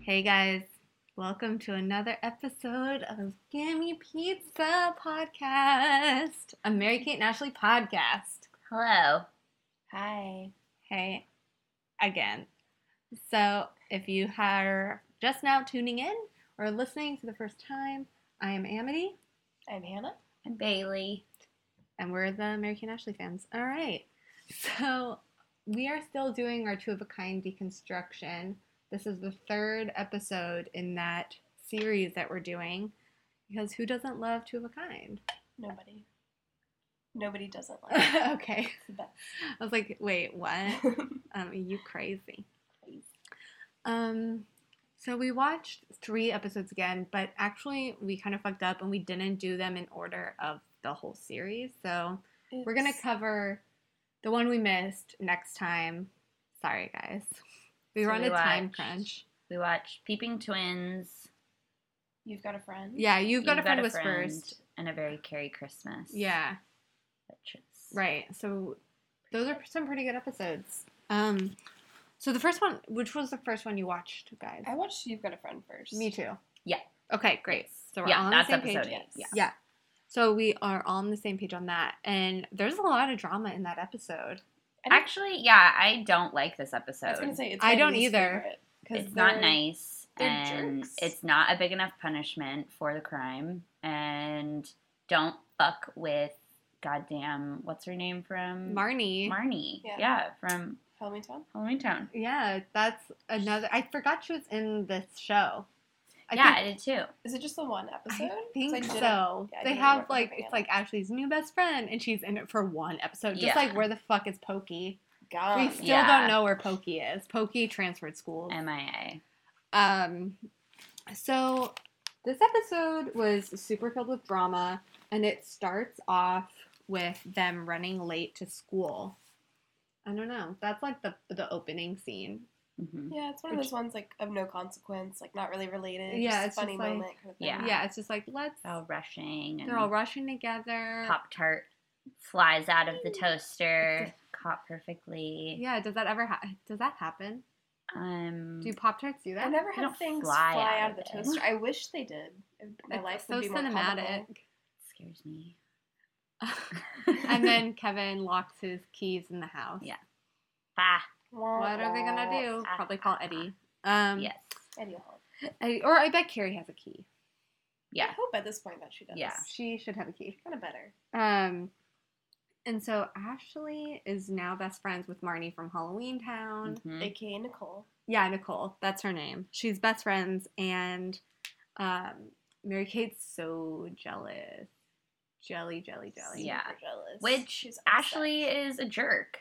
Hey guys, welcome to another episode of Gimme Pizza Podcast, a Mary Kate and Ashley podcast. Hello. Hi. Hey, again. So, if you are just now tuning in or listening for the first time, I am Amity I'm Hannah. I'm Bailey. and we're the Mary Kate and Ashley fans. All right. So, we are still doing our two of a kind deconstruction. This is the third episode in that series that we're doing because who doesn't love two of a kind? Nobody. Nobody doesn't like it. okay. It's the best. I was like, wait, what? Um, are you crazy? Crazy. Um, so we watched three episodes again, but actually we kind of fucked up and we didn't do them in order of the whole series. So we're gonna Oops. cover the one we missed next time. Sorry, guys. We So were on we a time watched- crunch. We watched Peeping Twins. You've got a friend. Yeah, you've got You've a friend was first. And a very Carrie Christmas. Yeah. Which is Right. So those are some pretty good episodes. Um so the first one which was the first one you watched, guys? I watched You've Got a Friend first. Me too. Yeah. Okay, great. So we're all yeah, on that's the same episode page. eight. yes. Yeah. So we are all on the same page on that. And there's a lot of drama in that episode. I don't- Actually, yeah, I don't like this episode. I was gonna say it's I my don't least either. favorite. because it's not nice. they're and jerks. It's not a big enough punishment for the crime. And don't fuck with goddamn what's her name from Marnie. Marnie. Yeah. yeah from Halloween Town. Halloween Town. yeah, that's another. I forgot she was in this show. I yeah, think- I did too. Is it just the one episode? I 'Cause think didn't- so. yeah, I they didn't have remember like looking it's at like Ashley's new best friend, and she's in it for one episode. Just like Yeah. where the fuck is Pokey? Gone. we still Yeah. don't know where Pokey is. Pokey transferred schools. MIA. Um, so this episode was super filled with drama, and it starts off with them running late to school. I don't know. That's like the the opening scene. hmm Yeah, it's one of Which- those ones like of no consequence, like not really related. Yeah, just it's funny just like- moment kind of thing. Yeah. Yeah, it's just like let's. Oh, All rushing. And They're all rushing together. Pop Tart flies out of the toaster, caught perfectly. Yeah, does that ever ha- does that happen? Um, Do Pop Tarts do that? Mm. I never They had don't things fly, fly out out of the of it. toaster. I wish they did. My It's life so would be more cinematic. colorful. scares me. and then Kevin locks his keys in the house. Yeah. Ah, Wah, What are they gonna wah. do? Probably call Eddie. Um, yes. Anyhow, I, or I bet Carrie has a key. I Yeah. hope at this point that she does. Yeah. She should have a key. kind of better. Um, and so Ashley is now best friends with Marnie from Halloween Town. Mm-hmm. Mhm. AKA Nicole. Yeah, Nicole, that's her name. She's best friends, and um, Mary Kate's so jealous. Jelly, jelly, jelly. Yeah. Super jealous. Which She's upset. Ashley is a jerk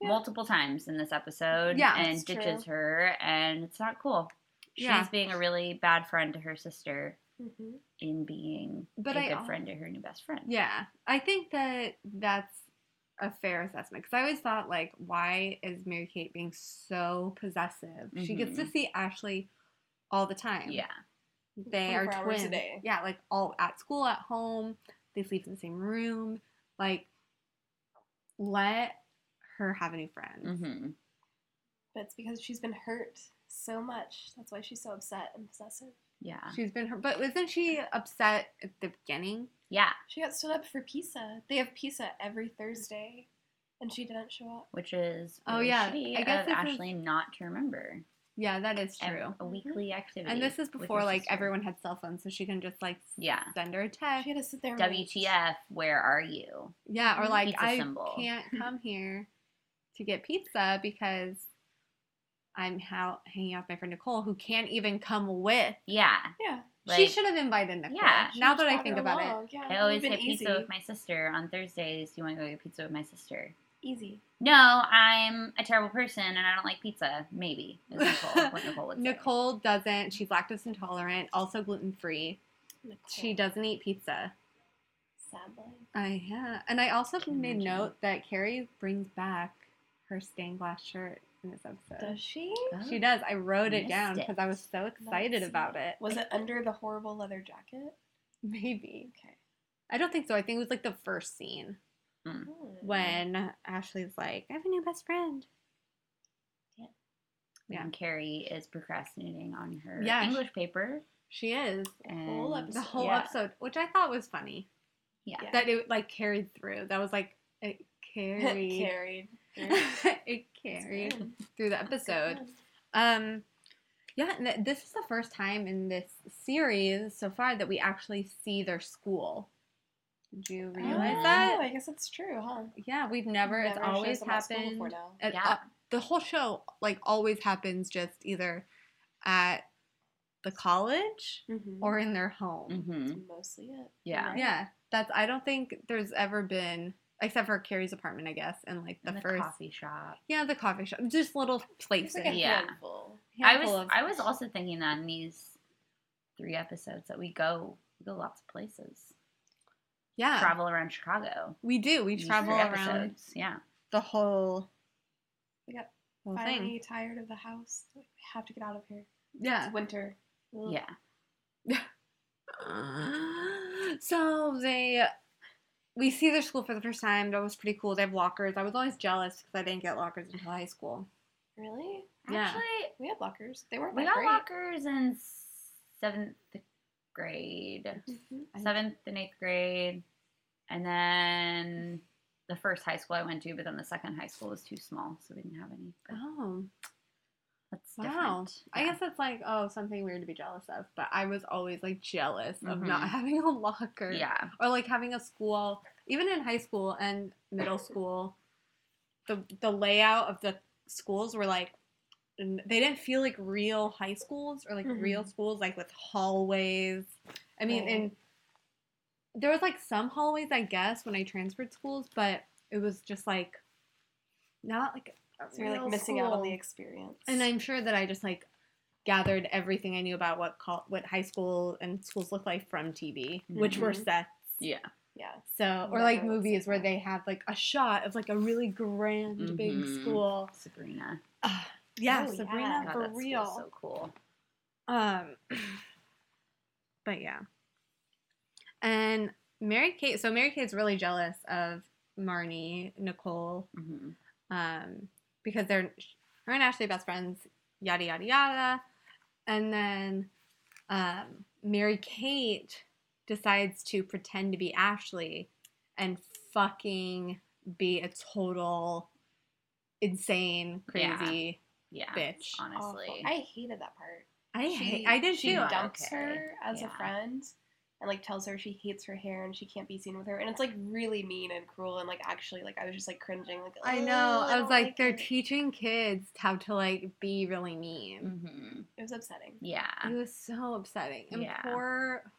Yeah. multiple times in this episode Yeah, and it's true. ditches her, and it's not cool. She's Yeah. being a really bad friend to her sister Mhm. in being But a I good al- friend to her new best friend. Yeah, I think that that's a fair assessment because I always thought like, why is Mary Kate being so possessive? She gets to see Ashley all the time. Mm-hmm. Yeah. they are 24 hours a twins. day. Yeah, like all at school, at home. They sleep in the same room. Like, let her have a new friend. hmm But it's because she's been hurt so much. That's why she's so upset and possessive. Yeah. She's been her, but wasn't she upset at the beginning? Yeah. She got stood up for pizza. They have pizza every Thursday, and she didn't show up. Which is Oh, really yeah. shitty I guess of this is- Ashley not to remember. Yeah, that is ev- true. Mm-hmm. A weekly activity. And this is with before your like sister. everyone had cell phones, so she can just like Yeah. send her a text. She had to sit there. and wait. WTF? Where are you? Yeah, or Mhm. like Pizza I symbol. can't come here to get pizza because I'm out hanging out with my friend Nicole, who can't even come with. Yeah. Yeah. she Like, should have invited Nicole. Yeah, now that I think about it, Yeah, I always been get easy. pizza with my sister on Thursdays. You want to go get pizza with my sister? easy. No, I'm a terrible person and I don't like pizza. Maybe is Nicole, what Nicole would say. Nicole doesn't. She's lactose intolerant, also gluten free. Nicole. She doesn't eat pizza. Sadly. I yeah, and I also Can made imagine. note that Carrie brings back her stained glass shirt in this episode. Does she? Oh, She does. I wrote it missed down it. because I was so excited Nice. about it. Was it under the horrible leather jacket? Maybe. Okay. I don't think so. I think it was like the first scene Hmm. when Ashley's like, I have a new best friend. Yeah. And Carrie is procrastinating on her Yeah, she- English paper. She is And whole the episode. whole yeah, episode, which I thought was funny. Yeah. Yeah. That it like carried through. That was like it carried. Carried. it carried through the episode. Um, yeah, and th- this is the first time in this series so far that we actually see their school. Did you realize Oh. that? I guess it's true, huh? Yeah, we've never, it's Never shows always them at school happened. before now. at- Yeah. uh, the whole show, like, always happens just either at the college Mhm. or in their home. hmm That's mostly it. Yeah. Right? Yeah, that's, I don't think there's ever been, except for Carrie's apartment, I guess, and like the, the first, coffee shop. yeah, the coffee shop, just little It's places. like a Yeah. handful. I was handful of- I was also thinking that in these three episodes that we go we go lots of places. yeah, Travel around Chicago. we do. We These travel three around. episodes, Yeah. the whole We got whole Finally thing. tired of the house. Like, we have to get out of here. Yeah. It's winter. Ugh. Yeah. So they we see their school for the first time. That was pretty cool. They have lockers. I was always jealous because I didn't get lockers until high school. Really? Yeah. Actually We had lockers. They weren't we that got great. lockers in seventh grade. Mhm. I- Seventh and eighth grade. And then the first high school I went to, but then the second high school was too small, so we didn't have any. But Oh, that's wow. different. I Yeah. guess that's like, oh, something weird to be jealous of. But I was always like jealous of Mhm. not having a locker. Yeah. Or like having a school, even in high school and middle school, the the layout of the schools were like n- they didn't feel like real high schools or like Mhm. real schools like with hallways. I mean, Right. and there was like some hallways I guess when I transferred schools, but it was just like not like a So you're like real missing out on school. the experience. And I'm sure that I just like gathered everything I knew about what col- what high school and schools look like from TV, which were Mhm. sets. Yeah. yeah. So, or Yeah, like I would say movies where that. they have like a shot of like a really grand big Mhm. school. Sabrina. Ah, yeah, Oh, Sabrina God, for that school's real. so cool. Um, but yeah. And Mary Kate, so Mary Kate's really jealous of Marnie, Nicole, hmm um, because they're her and Ashley best friends, yada yada yada. And then um, Mary Kate decides to pretend to be Ashley and fucking be a total insane crazy Yeah. bitch. Honestly. Awful. I hated that part. I She- hate, I did She too. dumps Okay. her as Yeah. a friend and like tells her she hates her hair and she can't be seen with her. And it's like really mean and cruel and like actually like I was just like cringing like I "Ugh, know. I was don't like, they're it." teaching kids how to like be really mean. hmm It was upsetting. Yeah. It was so upsetting. And Yeah. poor,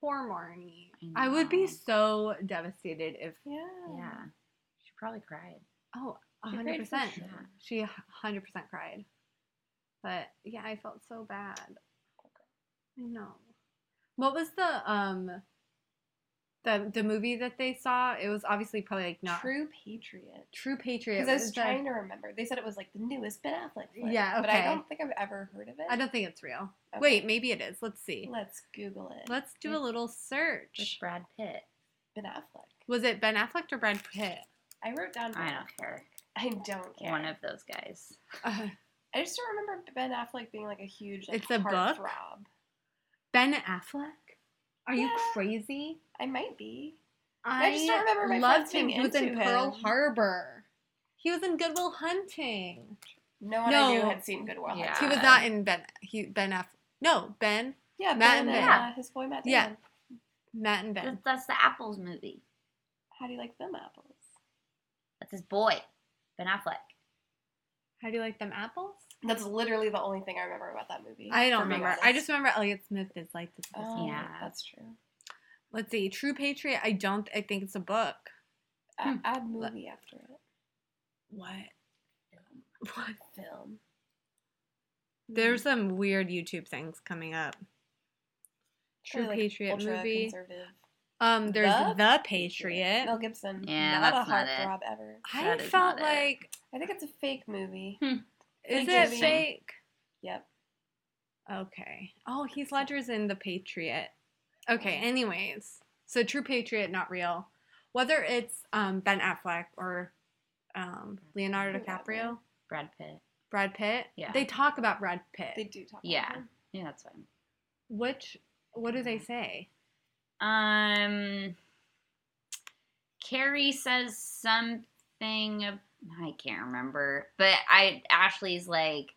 poor Marnie. I I, would be know. so devastated if. Yeah. Yeah. She probably cried. Oh, She hundred cried for percent. sure. Yeah. She hundred percent cried. But yeah, I felt so bad. I know. What was the um. The, the movie that they saw it was obviously probably like not True patriot. True Patriot. Because I was was the- trying to remember. They said it was like the newest Ben Affleck flick. Yeah, But I okay. don't think I've ever heard of it. I don't think it's real. Okay. Wait, maybe it is. Let's see. Let's Google it. Let's do a little With search. Brad Pitt. Ben Affleck. Was it Ben Affleck or Brad Pitt? I wrote down. Ben I don't Affleck. care. I don't care. One of those guys. Uh, I just don't remember Ben Affleck being like a huge. Like, It's a book? heartthrob. ben Affleck? Are you Yeah. crazy? I might be. I just don't remember my friends being He was in into Pearl him. Harbor. He was in Goodwill Hunting. No one I knew No. had seen Good Will Yeah. He was not in Ben. He Ben Affleck. No, Ben, Yeah, Matt Ben and and Ben. uh, his boy Matt. Yeah. Damon. Matt and Ben. That's, that's the Apples movie. How do you like them apples? That's his boy, Ben Affleck. How do you like them apples? That's literally the only thing I remember about that movie. I don't For me, remember. I just remember Elliot Smith is like this. person. Oh, Yeah. that's true. Let's see. True Patriot. I don't. I think it's a book. Uh, Hmm. Add movie after it. What? What? Film. There's some weird YouTube things coming up. True Probably, Patriot ultra movie. conservative. Um, there's The the, Patriot. Mel Gibson. Yeah, not that's a not it. heartthrob ever. I That is felt not it. like I think it's a fake movie. Hmm. is it Interesting. fake? Yep. Okay. Oh, Heath Ledger's in The Patriot. Okay. Anyways, so True Patriot, not real. Whether it's um, Ben Affleck or um, Leonardo Whoever. DiCaprio, Brad Pitt. Brad Pitt. Yeah. They talk about Brad Pitt. They do talk. about Yeah. him. Yeah, that's fine. Which what do they say? Um, Carrie says something. ab- I can't remember, but I Ashley's like,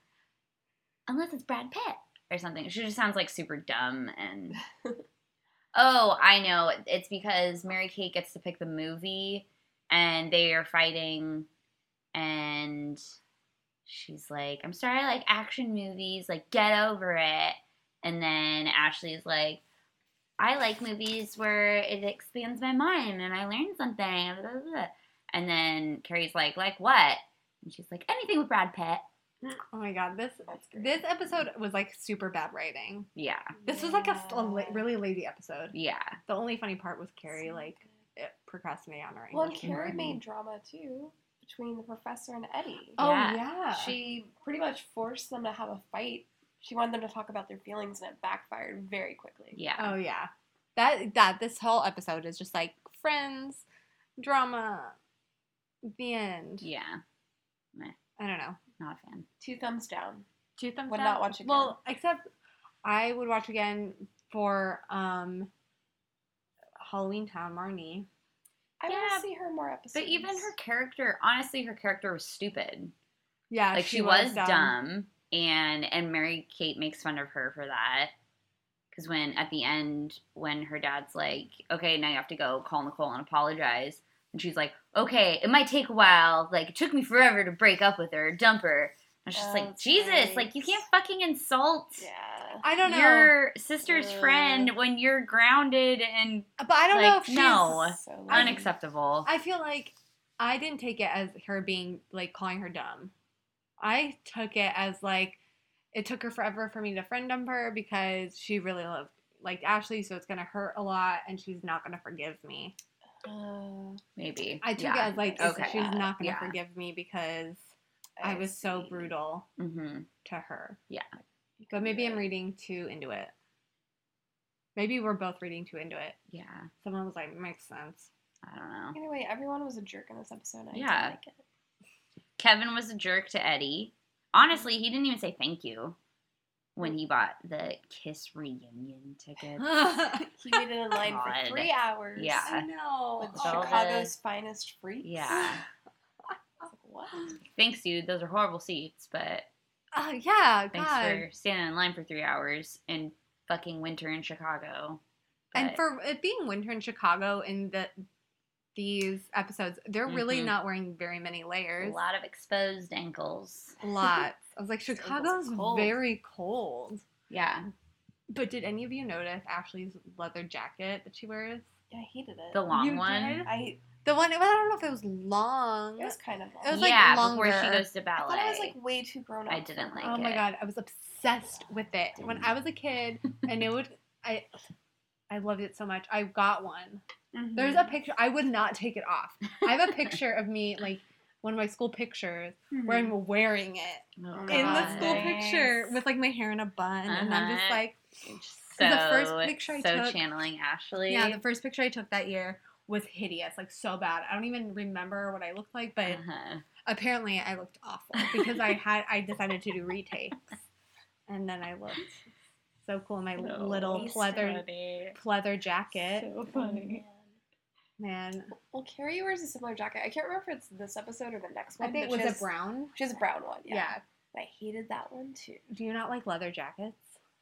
unless it's Brad Pitt or something. She just sounds like super dumb and. oh, I know. It's because Mary Kate gets to pick the movie, and they are fighting, and she's like, "I'm sorry, I like action movies. Like, get over it." And then Ashley's like. I like movies where it expands my mind and I learn something. blah, blah, blah. And then Carrie's like, like what? And she's like, anything with Brad Pitt. Oh my god, this That's great. this episode was like super bad writing. Yeah, This was like a, a la- Yeah. really lazy episode. yeah, The only funny part was Carrie like eh, procrastinating on her Well, and English Carrie homework. made drama too between the professor and Eddie. Oh Yeah. yeah. She pretty much forced them to have a fight. She wanted them to talk about their feelings, and it backfired very quickly. yeah. oh yeah. That that this whole episode is just like friends, drama, the end. Yeah, I don't know. not a fan. Two thumbs down. Two thumbs Would down. not watch again. Well, except I would watch again for um Halloween Town Marnie. I Yeah, want to see her more episodes. But even her character, honestly, her character was stupid. Yeah, Like she, was dumb. and and Mary Kate makes fun of her for that. Because when at the end, when her dad's like, "Okay, now you have to go call Nicole and apologize," and she's like, "Okay, it might take a while. Like it took me forever to break up with her, dump her." I was just like, That's "Jesus! right. Like you can't fucking insult Yeah. I don't know. your sister's Ugh. friend when you're grounded and but I don't know like, if she's no. So I- unacceptable." I feel like I didn't take it as her being like calling her dumb. I took it as like it took her forever for me to friend dump her because she really loved like Ashley, so it's gonna hurt a lot, and she's not gonna forgive me. Uh, Maybe I took yeah. it as like Okay. she's not gonna Yeah. forgive me because I, was so see. brutal hmm to her. You But can maybe do I'm it. reading too into it. Maybe we're both reading too into it. Yeah, Someone was like, makes sense. I don't know. Either way, everyone was a jerk in this episode. I Yeah. yeah. Like it. Kevin was a jerk to Eddie. Honestly, he didn't even say thank you when he bought the Kiss reunion ticket. I He waited in line God. for three hours. Yeah. know. With Oh. Chicago's finest freaks. Yeah. I was like, what? Thanks, dude. Those are horrible seats, but Oh, yeah, thanks God. for standing in line for three hours in fucking winter in Chicago. and But- for it being winter in Chicago in the these episodes, they're really Mhm. not wearing very many a layers. lot of exposed ankles. Lots. I was like, It's Chicago's cold. very cold. Yeah, But did any of you notice Ashley's leather jacket that she wears? Yeah, I hated it. the long You one. did? I The one, well, I don't know if it was long. it was kind of. It was, long. like, yeah, before she longer. goes to I ballet. thought I was like way too grown up. I didn't like oh it. my god, I was obsessed with it. When I was a kid, I knew it I I loved it so much. I got one. There's Mm-hmm. a picture I would not take it off. I have a picture of me like one of my school pictures where I'm wearing it Oh, in God. the school Nice. picture with like my hair in a bun and I'm just Uh-huh. like So, The first picture I so took- channeling Ashley. yeah, the first picture I took that year was hideous, like so bad. I don't even remember what I looked like, but Uh-huh. apparently I looked awful because I had I decided to do retakes, and then I looked so cool in my So little pleather pleather jacket. So Man, Well, Carrie wears a similar jacket. I can't remember if it's this episode or the next one. I think but was she it has- brown? She has a brown one. Yeah. Yeah. And I hated that one too. Do you not like leather jackets?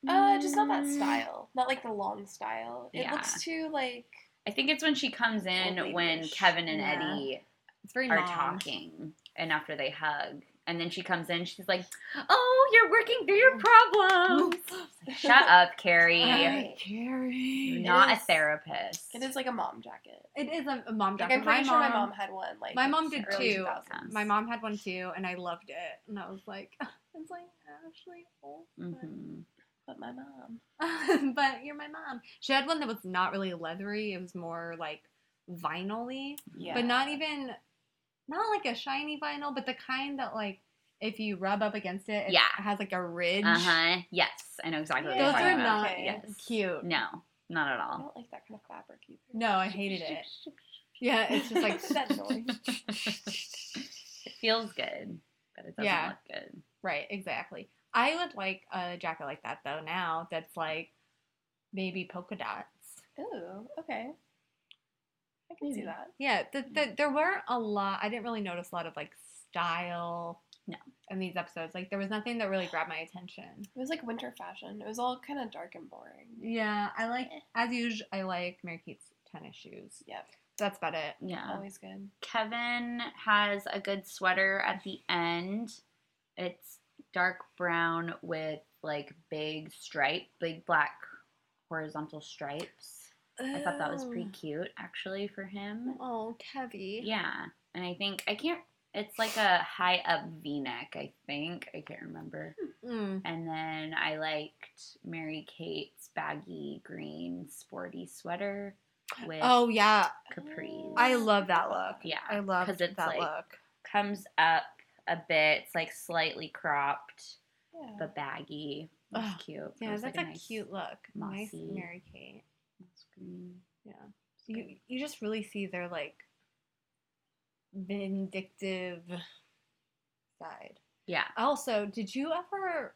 Uh, just not that Mm. style. Not like the long style. It Yeah. looks too like. I think it's when she comes in Old when lady-ish. Kevin and Yeah. Eddie It's very are mom. talking and after they hug. And then she comes in, she's like, Oh, you're working through your problems. Shut up, Carrie. Alright, Carrie. You're not a It is- therapist. It is like a mom jacket. It is a, a mom Like jacket. I'm pretty sure my mom had one. Like my in mom the did early too. 2000s. my mom had one too, and I loved it. And I was like, it's like Ashley. Olsen. Mhm. But my mom. but you're my mom. She had one that was not really leathery. It was more like vinyl-y, Yeah. but not even not like a shiny vinyl, but the kind that like if you rub up against it, it Yeah. has like a ridge. Uh huh. Yes, I know exactly what you're Those Uh-huh. Yeah. talking are about. not Okay. Yes. cute. No, not at I all. don't like that kind of fabric either. No, I hated it. Yeah, it's just like that noise. It feels good, but it doesn't Yeah. look good. Right, exactly. I would like a jacket like that though now that's like maybe polka dots. Ooh, okay. I can see Maybe. that. Yeah, the, the, there weren't a lot. I didn't really notice a lot of like style No. in these episodes. Like there was nothing that really grabbed my attention. It was like winter fashion. It was all kind of dark and boring. Yeah, I like Eh. as usual. I like Mary Kate's tennis shoes. Yep, That's about it. Yeah. always good. Kevin has a good sweater at the end. It's dark brown with like big stripe, big black horizontal stripes. I thought that was pretty cute actually for him. Oh, Kevy. Yeah. And I think I can't it's like a high up V neck, I think. I can't remember. Mm. And then I liked Mary Kate's baggy green sporty sweater with Oh yeah, capris. I love that look. yeah. I love 'cause that it's like look. comes up a bit. It's like slightly cropped, Yeah. but baggy. Ugh. That's cute. It Yeah, was, that's like, a nice cute look. Nice mossy- Mary Kate. moss green. Yeah. You you just really see their like vindictive side. Yeah. Also, did you ever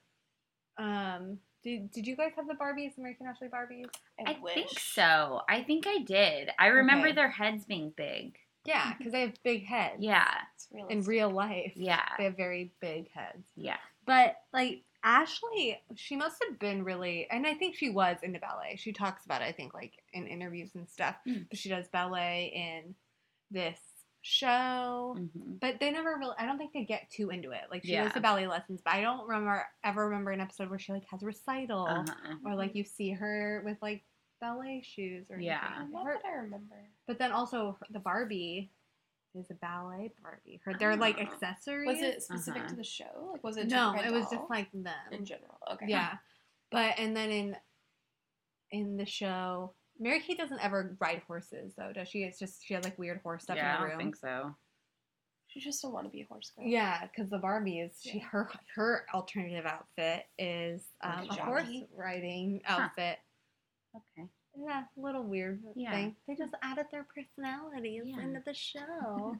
um did, did you guys have the Barbies, American Ashley Barbies? I, I wish. think so. I think I did. I remember Okay. their heads being big. Yeah, because they have big heads. Yeah. It's real. In real life. Yeah. They have very big heads. Yeah. But like Ashley, she must have been really, and I think she was into ballet. She talks about it, I think, like in interviews and stuff. Mm. But she does ballet in this show. Mhm. But they never really, I don't think they get too into it. Like she Yeah. goes to ballet lessons, but I don't remember ever remember an episode where she like has a recital Uh-huh. or like you see her with like ballet shoes or Yeah. anything. Not Her- that I remember. but then also her- the Barbie is a ballet Barbie. Her they're like Oh. accessories. Ah. Was it specific Uh-huh. to the show? Like, was it no, Just it was just like in them. general. Okay. Yeah. But and then in in the show Mary Kate doesn't ever ride horses though, does she? It's just she has like weird horse stuff Yeah, I in the room. don't think so. She's just a wannabe horse girl. Yeah, because the Barbie is she Yeah. her her alternative outfit is um, Like a a horse jockey? riding Huh. outfit. Okay. Yeah, little weird Yeah. thing. They just added their personalities Yeah. into the show.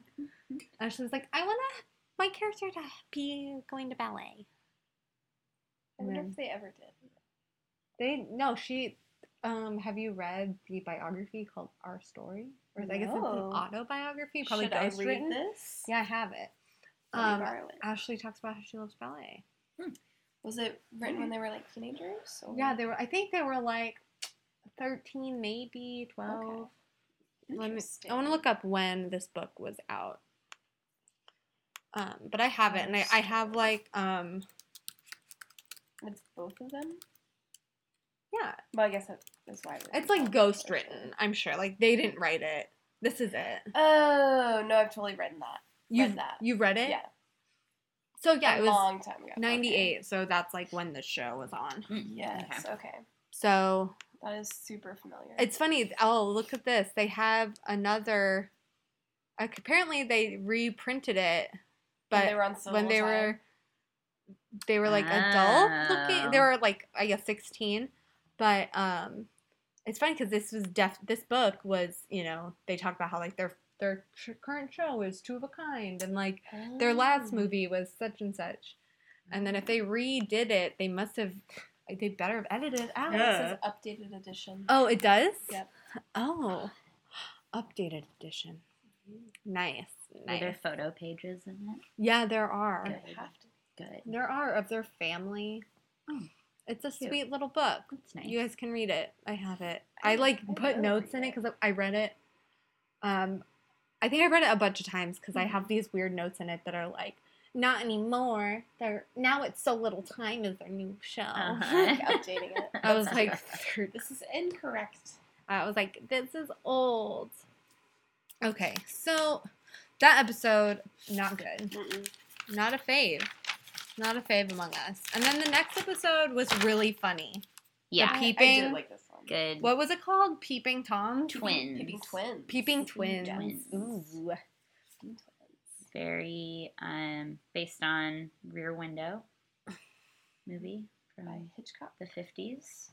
and she was like, I want to my character to be going to ballet. I wonder Yeah. if they ever did. They no, she. Um, have you read the biography called Our Story? Or I guess it's an No. autobiography, probably Should I ghostwritten. read this? Yeah, I have it. Let me Um, borrow it. Ashley talks about how she loves ballet. Was it written when they were like teenagers? Or? Yeah, they were. I think they were like thirteen, maybe twelve. Let me. I want to look up when this book was out. Um, but I have it, and I, I have like um, It's both of them. yeah, Well, I guess that is why. it was it's like called ghost Ghost written. I'm sure. Like they didn't write it. This is it. Oh no, I've totally written that. You Read that. you read it? Yeah. So yeah, a it was long time ago. okay. 98. So that's like when the show was on. Mm, Yes. okay. Okay. So That is super familiar. It's funny. Oh, look at this. They have another. Like, apparently, they reprinted it, When but they were on Civil when they Time. were, they were like adult looking. They Oh. were like I guess sixteen, but um, it's funny because this was def. This book was you know they talk about how like their their tr- current show is two of a kind and like their last Oh. movie was such and such, and then if they redid it, they must have. They better have edited it out. Oh, this is updated edition. Oh, it does? Yep. Oh. Updated edition. Nice. Were Nice. there photo pages in it? yeah, there are. They Good. have to. Good. There are of their family. Oh, it's a cute. sweet little book. That's nice. You guys can read it. I have it. I I, Oh, like will put notes read in it it. because I read it. Um, I think I read it a bunch of times because I Mm-hmm. have these weird notes in it that are like, not anymore. They're now it's so little time is their new show. Uh-huh. Like, updating it. I was like, "Thir- This is incorrect. I was like, this is old. Okay, so that episode, not good. Mm-mm. Not a fave. Not a fave among us. And then the next episode was really funny. yeah. Okay. I- I Peeping. did like this one. Good. What was it called? Peeping Tom? Twins. Peeping twins. Peeping Twins. Twins. Ooh. Peeping twins. very um, based on Rear Window movie By from Hitchcock. the 50s.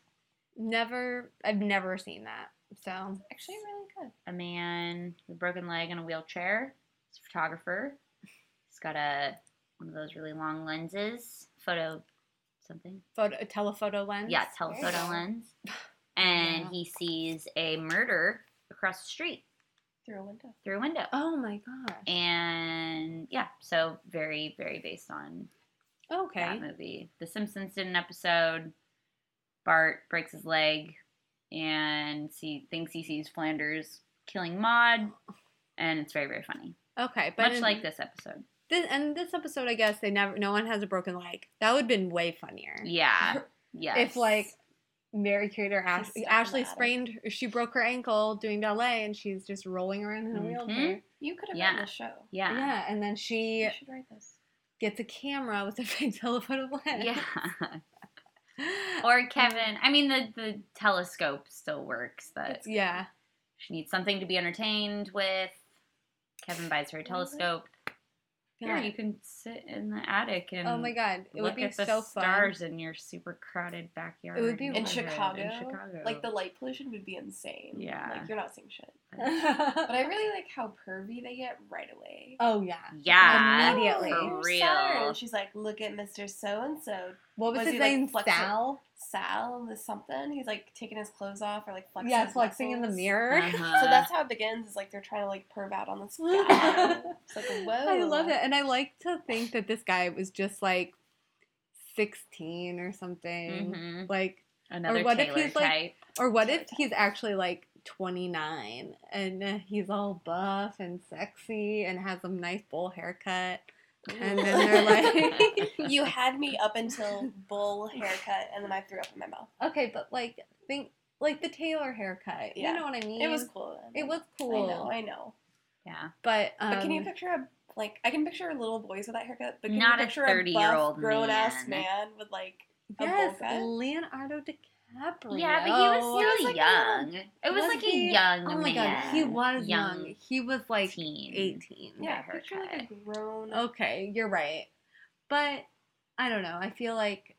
Never, I've never seen that. So, Actually, really good. A man with a broken leg in a wheelchair. He's a photographer. He's got a one of those really long lenses, photo something. Photo, a telephoto lens. Yeah, There you telephoto go. lens. And Yeah. he sees a murder across the street through a window. through a window. Oh my gosh. And yeah, so very, very based on Okay. that movie. The Simpsons did an episode. Bart breaks his leg and he thinks he sees Flanders killing Maud. And it's very, very funny. Okay, but Much in- like this episode. This, and this episode, I guess they never. No one has a broken leg. That would have been way funnier. Yeah. Yeah. If like Mary Crater Ash- stuck in the Ashley attic. sprained, she broke her ankle doing ballet, and she's just rolling around in a Mhm. wheelchair. You could have Yeah. written the show. Yeah. Yeah. and then she You should write this. gets a camera with a big Oh, telephoto lens. Yeah. or Kevin. I mean, the, the telescope still works, but It's- yeah. she needs something to be entertained with. Kevin buys her a telescope. Yeah, Oh God. you can sit in the attic and Oh my god, it look would be at the so fun. stars in your super crowded backyard. would be and In wonderful. neighborhood Chicago, In Chicago, like the light pollution would be insane. Yeah. like you're not seeing shit. But oh I really like how pervy they get right away. yeah. yeah, Immediately. for Who's Sal? real. And she's like, look at Mr. So and so, What was, Was his he, like, name? flexing- Sal. Sal, the something. He's like taking his clothes off or like flexing. Yeah, his flexing in the muscles. mirror. Uh-huh. So that's how it begins. Is like they're trying to like perv out on this guy. it's like whoa. I love it. And I like to think that this guy was just like 16 or something. Mhm. Like, another what if Taylor he's, like- type. or what if he's actually like 29 and uh, he's all buff and sexy and has a nice bowl haircut? And then they're like, You had me up until bull haircut, and then I threw up in my mouth. okay, but like, think like the Taylor haircut. You Yeah. know what I mean? It was cool. then. It was I know. cool. I know. yeah, But, um, But can you picture a like? I can picture little boys with that haircut, but can Not a you picture a 30-year-old grown ass man. man with like a yes, bowl cut? Leonardo DiCaprio. yeah, but he was He still was, like, a young. it was, was like he? a young Oh my man. god, he was young. He was like teen. 18. Yeah, haircut. picture like a grown. Okay, you're right. But I don't know. I feel like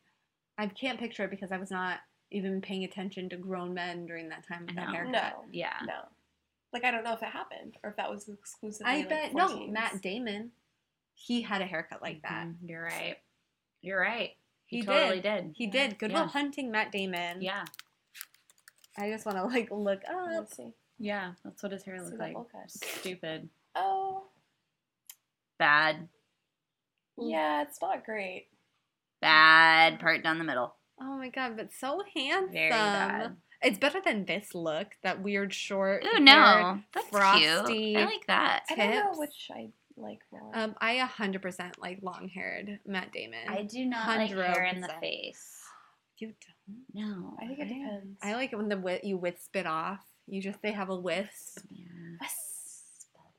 I can't picture it because I was not even paying attention to grown men during that time with I that know. haircut. No, Yeah, no. Like I don't know if it happened or if that was exclusively. I like, bet for no, teens. Matt Damon, he had a haircut like that. Mhm, You're right. You're right. He, He totally did. He did. Good Will Yeah. Hunting, Matt Damon. Yeah, I just want to like look up. Let's see. yeah. That's what his hair See looked that like. bowl cut. Stupid. Oh, Bad. Mm. yeah, it's not great. Bad part down the middle. Oh my god, but so handsome. Very bad. It's better than this look. That weird short. Ooh, no. That's frosty. cute. I like that. I don't Tips? know which I like more. Um, I 100% like long haired Matt Damon. I do not like hair in the 100%. face. you don't. No. I think it depends. I like it when the wi- you wisp it off. You just they have a wisp. Yeah.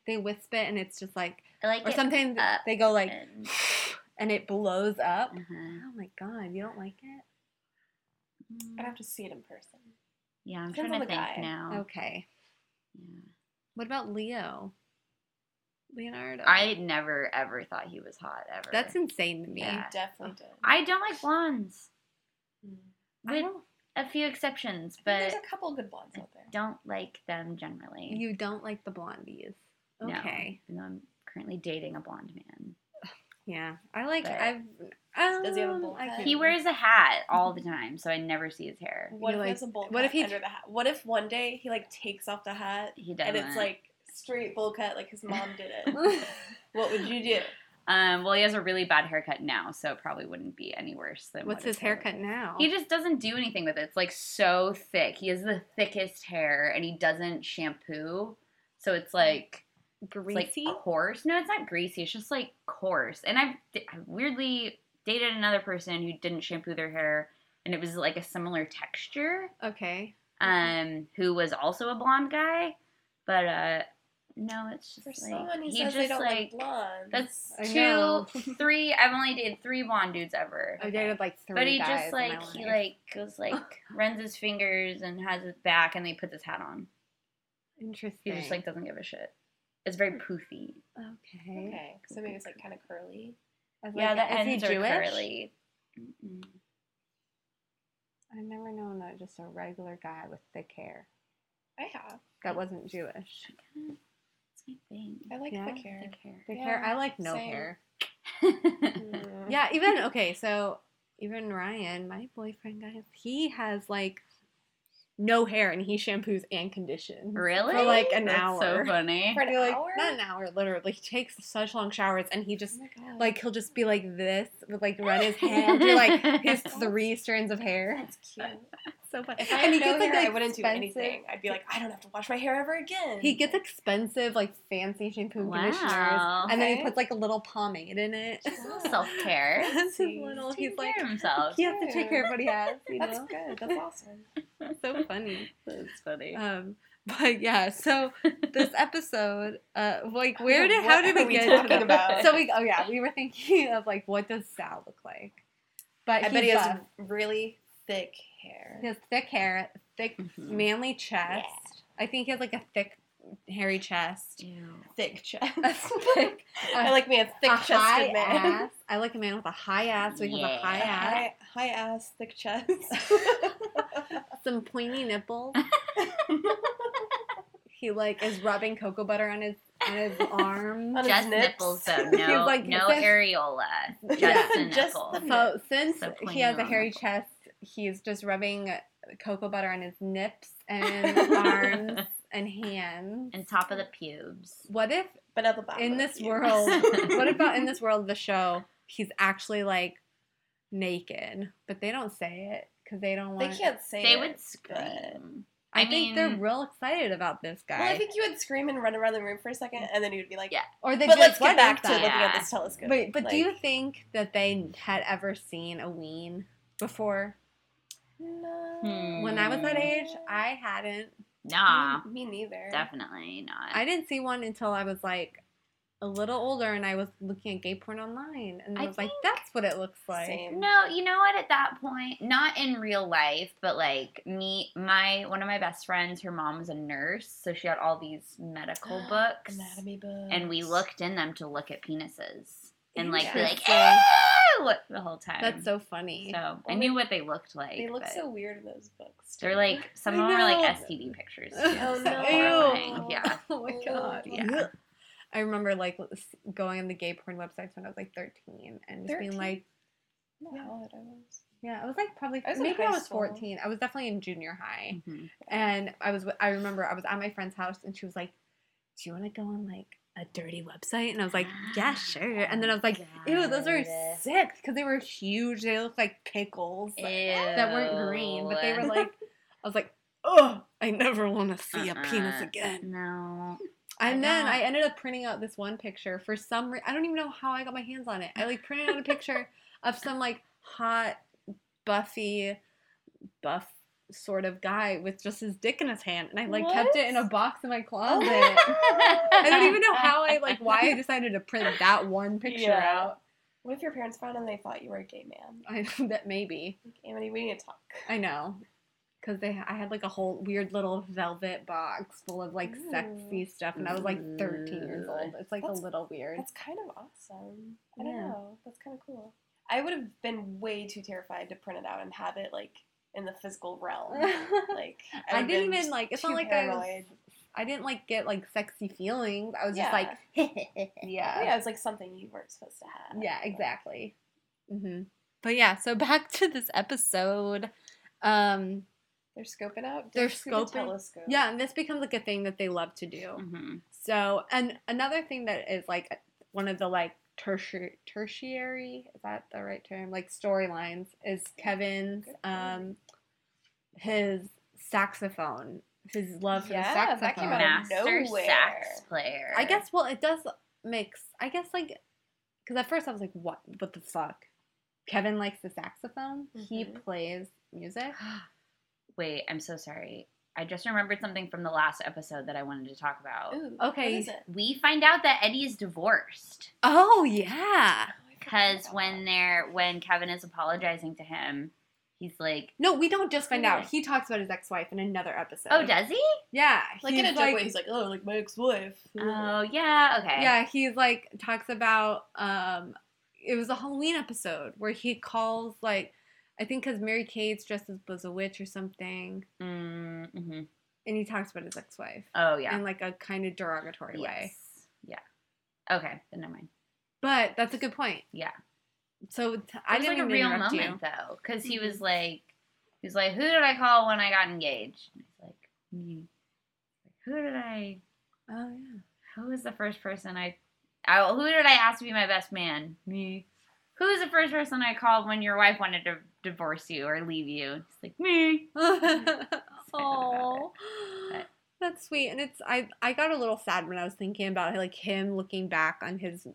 They wisp it and it's just like, I like or it sometimes up they go like, and- and it blows up. Uh-huh. Oh my god, you don't like it? I'd have to see it in person. Yeah, I'm Depends trying to on the think guy. now. Oh. Okay. Yeah. What about Leo? Leonardo. I never ever thought he was hot ever. That's insane to me. Yeah. You definitely did. I don't like blondes. Mm. I With don't, a few exceptions, I think but there's a couple good blondes out there. don't like them generally. you don't like the blondies. No, Okay. even though I'm currently dating a blonde man. Yeah. I like. But- I've. Um, Does he have a bowl I cut? can- He wears a hat all the time, so I never see his hair. What if like- there's a bowl what cut if he- under the hat? What if one day he like takes off the hat He and doesn't. it's like straight bowl cut, like his mom did it? what would you do? um, well, he has a really bad haircut now, so it probably wouldn't be any worse than What's what his hair haircut was. now? He just doesn't do anything with it. It's like so thick. He has the thickest hair, and he doesn't shampoo, so it's Mm. like oh, It's greasy. like coarse. No, it's not greasy. It's just like coarse. And I've d- I weirdly dated another person who didn't shampoo their hair, and it was like a similar texture. okay. Mm-hmm. Um, who was also a blonde guy, but uh, no, it's just For like someone who he says just they don't like, like, blondes, that's I know. two, three. I've only dated three blonde dudes ever. I dated like three But he guys just in my like he life. like goes like runs his fingers and has his back, and they put this hat on. interesting. He just like doesn't give a shit. It's very Hmm. poofy. okay. okay. So maybe it's like kind of curly. I was Yeah, like, the is he ends are Jewish? curly. Mm-mm. I've never known that just a regular guy with thick hair I have. that wasn't Jewish. It's my thing. I like Yeah? thick hair. Thick hair. Thick Yeah, hair. I like no same. hair. yeah. Yeah, even okay, so even Ryan, my boyfriend guy, he has like no hair and he shampoos and conditions. really? For like an That's hour. So funny. For an You're like, hour? Not an hour, literally. He takes such long showers and he just Oh my God. like he'll just be like this with like run his hand through like his three strands of hair. that's cute. So funny. If I had And he no gets like hair, the I wouldn't do expensive- anything. I'd be like, I don't have to wash my hair ever again. He gets expensive like fancy shampoo and conditioners. Wow. And then he Okay. puts like a little pomade in it. Self care. That's his Sweet. little. He's He's taking like care of himself. he has to take too. care of what he has. You That's know, good. That's awesome. so funny. That's funny. Um, but yeah, so this episode, uh, like where did how What did are we we get to talking that? about? So we oh yeah, we were thinking of like what does Sal look like? But I he's bet he has buff. really thick hair. He has thick hair, thick Mhm. Mm-hmm. manly chest. I think he has like a thick, hairy chest. Ew. Thick chest. A thick, I like me a a thick high chested man. ass. I like a man with a high ass. We have a Yeah. high ass. High, high ass, thick chest. some pointy nipples. he like is rubbing cocoa butter on his on his arm. On his Just nips. nipples though. He's No, like, no just- areola. Just Yeah, a just nipple. the nip. So since So pointy he has a little hairy nipples. chest, he's just rubbing cocoa butter on his nips and his arms and hands. and top of the pubes. What if but not the bottom. in of this you. world? What about in this world of the show? He's actually like naked, but they don't say it because they don't They want. can't say They it, would but- scream. I, I think they're mean- real excited about this guy. Well, I think you would scream and run around the room for a second, and then you'd be like, Yeah. or they But let's like, get back to that? looking at Yeah. this telescope. But but do Like, you think that they had ever seen a ween before? No. Hmm. When I was that age, I hadn't. Nah, Me, me neither. definitely not. I didn't see one until I was like a little older, and I was looking at gay porn online, and I, I was like, "That's what it looks like." Same. No, you know what? At that point, not in real life, but like me, my one of my best friends, her mom was a nurse, so she had all these medical books, Anatomy books. and we looked in them to look at penises and like be like, Interesting. ew, the whole time. That's so funny. So I Well, knew they- what they looked like. They look but so weird in those books. They're too. like some of I them are know. like STD pictures. Too. Oh, so no. Ew. horrifying. Yeah. Oh my god. Yeah. I remember like s- going on the gay porn websites when I was like 13 and just being 13? like, I don't know how old I was. yeah, I was like probably I was in maybe I high was school. 14. I was definitely in junior high. Mhm. And I was, I remember I was at my friend's house and she was like, Do you want to go on like a dirty website? And I was like, Yeah, Ah, sure. And then I was like, Ew, those are God. sick because they were huge. They looked like pickles that weren't green, but they were Ew. like, I was like, Oh, I never want to see a penis Uh-uh. again. No. And then don't. I ended up printing out this one picture for some reason. I don't even know how I got my hands on it. I like printed out a picture of some like hot, buffy, buff sort of guy with just his dick in his hand, and I like kept it in a What? Oh. box in my closet. I don't even know how I like why I decided to print that one picture Yeah. out. What if your parents found and they thought you were a gay man? I know that maybe Like, Amity, we need to talk. I know because they I had like a whole weird little velvet box full of like Ooh. sexy stuff, and I was like 13 years old. It's like That's- a little weird. That's kind of awesome. I don't Yeah. know. That's kind of cool. I would have been way too terrified to print it out and have it like in the physical realm. Like I would've didn't been even like. It's too not like I was. paranoid. I didn't like get like sexy feelings. I was just Yeah. like, yeah, yeah, it's like something you weren't supposed to have. Yeah, exactly. hmm But yeah, so back to this episode. Um, They're scoping out. They're dicks through the scoping- telescope. yeah, and this becomes like a thing that they love to Mm. do. Mhm. So, and another thing that is like one of the like tertiary, tertiary is that the right term? Like storylines is Kevin's, Good um, his saxophone, his love for Yeah, the saxophone. that came out of Master nowhere. sax player. I guess. Well, it does mix. I guess like because at first I was like, what? What the fuck? Kevin likes the saxophone. He Mhm. plays music. Wait, I'm so sorry. I just remembered something from the last episode that I wanted to talk about. Ooh, Okay. What is it? We find out that Eddie is divorced Oh yeah. Oh because when they're when Kevin is apologizing to him, he's like, No, we don't just find out. Really? He talks about his ex-wife in another episode. "Oh, does he? yeah. like he's Um, in a joke way, he's like, oh, like my ex-wife. Oh, yeah. Okay. yeah, he's like talks about um, it was a Halloween episode where he calls like, I think because Mary Kate's dressed as was a witch or something, Mm-hmm. and he talks about his ex-wife Oh, yeah. in like a kind of derogatory way. Yes. Yeah. Okay. Then never mind. But that's a good point. Yeah. So t- I I didn't like a mean to real interrupt moment you. though, because he was like, he was like, "Who did I call when I got engaged?" And he's like, "Me." Who did I? Oh yeah. Who was the first person I? I who did I ask to be my best man? Me. Who was the first person I called when your wife wanted to divorce you or leave you? And He's like, "Me." Oh, But- that's sweet. And it's I I got a little sad when I was thinking about like him looking back on his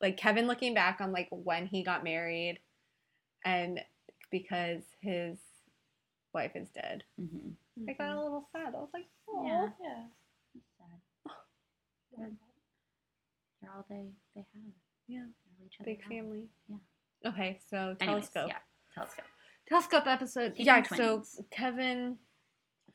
like Kevin looking back on like when he got married, and because his wife is dead, hmm I got a little sad. I was like, oh, Yeah. "Oh, Yeah. They're all they they have. Yeah. They're all each other big have. family. Yeah. Okay, so Anyways, telescope. Yeah, telescope. Telescope episode. Pink yeah, twins. so Kevin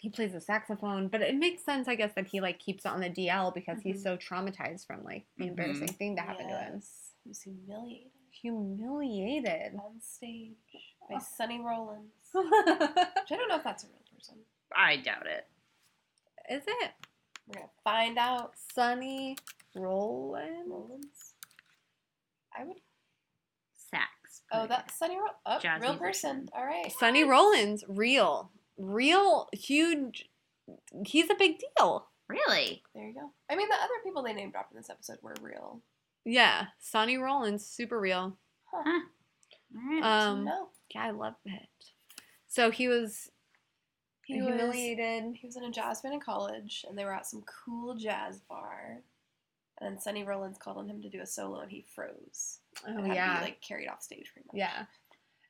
he plays the saxophone, but it makes sense I guess that he like keeps it on the DL because he's Mhm. so traumatized from like the Mhm. embarrassing thing that happened to him. Yes. He was humiliated Humiliated. on stage by Sonny Rollins. Which Is I don't know if that's a real person. I doubt it. it We're gonna find out. Sonny Roland? Rollins. I would. Sax. Oh, player. that's Sonny Rollins. Oh, Jazzy real version. person. All right. Sonny Rollins, real. Real huge he's a big deal. really. There you go. I mean, the other people they name dropped in this episode were real. Yeah. Sonny Rollins, super real. All right. Um no, yeah, I love it. So he was he was humiliated. he was in a jazz band in college, and they were at some cool jazz bar. And then Sonny Rollins called on him to do a solo, and he froze. Oh and had yeah. to be, like carried off stage pretty much. Yeah.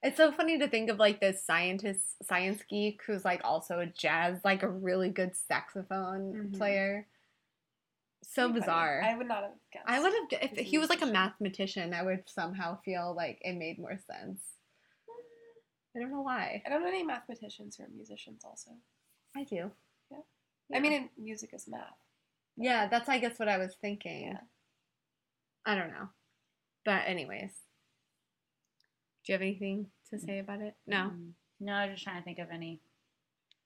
It's so funny to think of like this scientist, science geek who's like also a jazz, like a really good saxophone Mhm. player. So Mm-hmm. Pretty funny. bizarre. I would not have guessed. I would have, if He's a he was like a musician. mathematician, I would somehow feel like it made more sense. I don't know why. I don't know any mathematicians who are musicians. Also, I do. Yeah. Yeah. I mean, in music is math. yeah, that's I guess what I was thinking. Yeah. I don't know. But, anyways, do you have anything to say about it? No. Mm. No, I was just trying to think of any.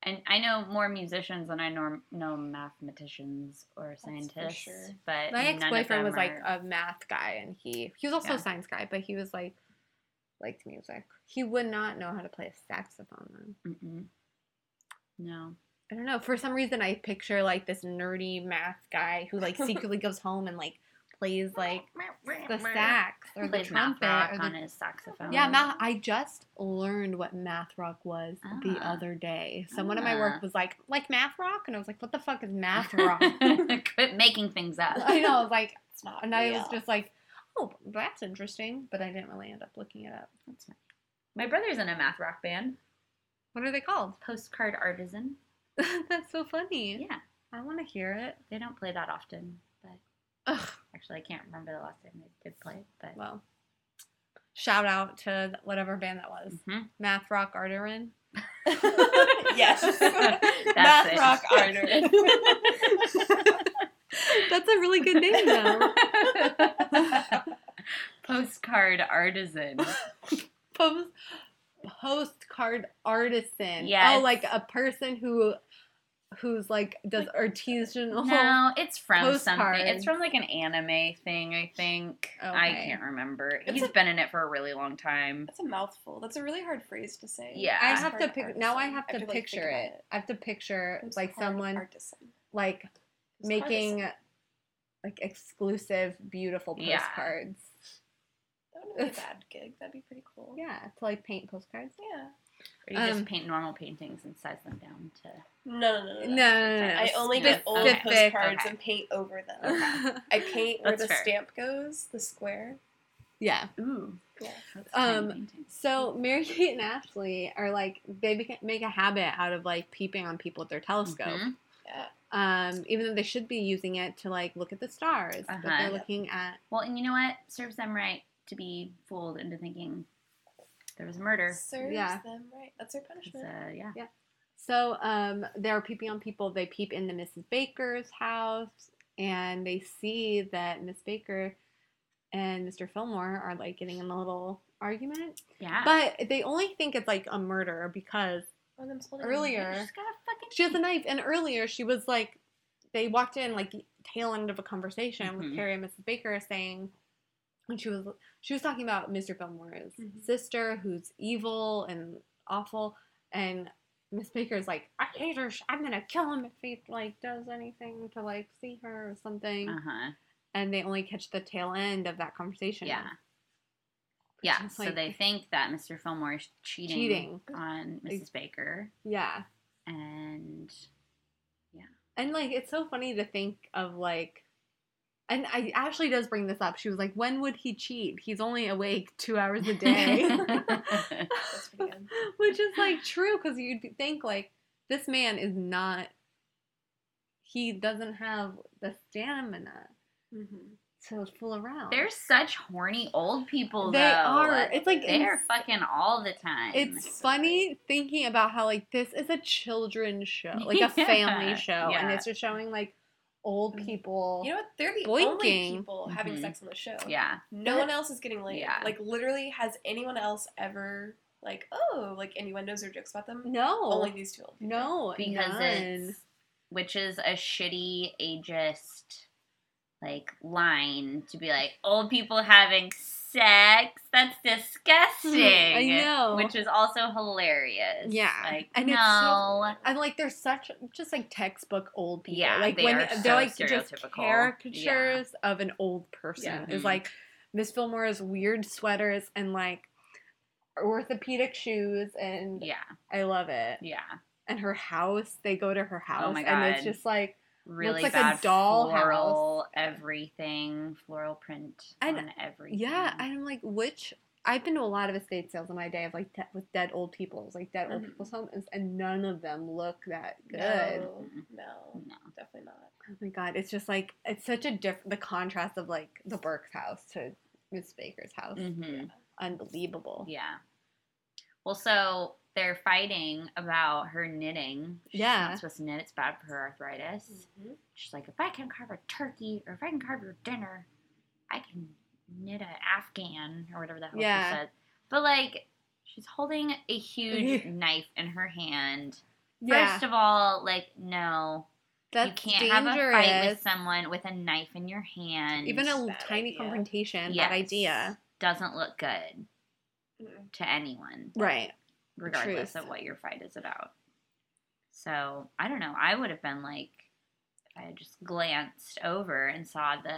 And I know more musicians than I norm- know mathematicians or for scientists. sure. But My none of ex boyfriend them was like are- a math guy, and he he was also Yeah. a science guy, but he was like liked music. He would not know how to play a saxophone. Though. Mm-mm. No. I don't know. For some reason, I picture like this nerdy math guy who like secretly goes home and like plays like the sax or the Plays math rock trumpet. Or on the, his saxophone. yeah, math. I just learned what math rock was the Ah. other day. Someone at my Ah. work was like, "Like math rock," and I was like, "What the fuck is math rock?" Quit making things up. I know. I was like, It's not. And I real. was just like, oh, that's interesting. But I didn't really end up looking it up. That's fine. My brother's in a math rock band, What are they called? Postcard Artisan. that's so funny. Yeah, I want to hear it. they don't play that often, but Ugh, actually, I can't remember the last time they did play. But well, shout out to th- whatever band that was. Mhm. Math Rock Arterin. Yes. That's Math it. rock artist. That's a really good name, though. Postcard artisan. Post, postcard artisan. Yes. Oh, like a person who, who's like does artisanal. No, it's from something. Postcards. It's from like an anime thing, I think. I Okay. can't remember. It's He's a- been in it for a really long time. That's a mouthful. That's a really hard phrase to say. Yeah. I Postcard have to pic- Artisan. now. I have to like, think picture about it. I have to picture like Postcard someone artisan. like It's making artisan. like exclusive, beautiful Yeah. postcards. That would be a bad gig. That'd be pretty cool. Yeah, to like paint postcards. Yeah. Or you just Um, paint normal paintings and size them down to. No, no, no, no. No, no, no, no. I only No. get old Specific. postcards Okay. and paint over them. Okay. I paint where That's the fair. stamp goes, the square. yeah. Ooh. Yeah. That's tiny Um, paintings. So Mary Kate and Ashley are like they beca- make a habit out of like peeping on people with their telescope. Mm-hmm. Mhm. Yeah. Um, even though they should be using it to like look at the stars, but Uh-huh. they're looking at Well, and you know what? Serves them right to be fooled into thinking there was murder. Serves Yeah. them right. That's their It's, punishment. uh, yeah. So um, they're peeping on people. They peep into Mrs. Baker's house, and they see that Miss Baker and Mr. Fillmore are like getting in a little argument. Yeah. But they only think it's like a murder because One of them's holding a earlier- She's got a fucking. she has a knife, and earlier she was like, they walked in like tail end of a conversation Mhm. with Carrie and Mrs. Baker saying, and she was she was talking about Mr. Fillmore's Mm-hmm. Mhm. sister, who's evil and awful, and Miss Baker's like, I hate her. sh- I'm gonna kill him if he like does anything to like see her or something. Uh huh. And they only catch the tail end of that conversation. Yeah. Yeah. Just So like- they think that Mr. Fillmore is cheating, Cheating. on Mrs. Baker, Yeah. and And like it's so funny to think of like and I Ashley does bring this up. She was like, When would he cheat? He's only awake two hours a day. That's pretty good. Which is like true because you'd think like this man is not he doesn't have the stamina Mhm. to fool around. They're such horny old people. They though. are. Like, It's like they are ins- fucking all the time. it's so funny thinking about how like this is a children's show, like a Yeah, family show, and yeah. it's just showing like old Mhm. people. You know what? They're the only Boinking. Mm-hmm. people having Mhm. sex on the show. yeah. No one else is getting laid. Yeah. Like literally, has anyone else ever like oh like innuendos or jokes about them? no, Only these two. old people. no, because none. it's which is a shitty ageist like line to be like old people having sex that's disgusting I Mm-hmm. know. which is also hilarious Yeah. like And it's so- no And like they're such just like textbook old people. Yeah, like they when are they're so like just stereotypical. Mm-hmm. caricatures of an old person. Yeah. Is like Miss Fillmore's weird sweaters and like orthopedic shoes and yeah I love it. yeah Oh And her house, they go to her house my and it's God. just like really like a bad dollhouse. floral everything floral print And- on everything yeah, and I'm like which I've been to a lot of estate sales in my day of like de- with dead old people, It's, like dead old Mm-hmm. Mhm. people's homes, and none of them look that good. No, Good. no, no definitely not. Oh my god, it's just like it's such a different the contrast of like the Burke's house to Miss Baker's house. Mhm. Unbelievable. Yeah. Well, so they're fighting about her knitting. She's Yeah. not supposed to knit. It's bad for her arthritis. Mm-hmm. She's like, if I can carve a turkey or if I can carve your dinner, I can knit an Afghan or whatever the hell Yeah. she said. But like, she's holding a huge knife in her hand. Yeah, First of all, like, no, that's you can't dangerous. have a fight with someone with a knife in your hand. Even a Bad tiny idea. confrontation, Yes. bad idea. doesn't look good Mm-mm. to anyone. Right. regardless Truth. of what your fight is about. So I don't know. I would have been like, if I had just glanced over and saw the,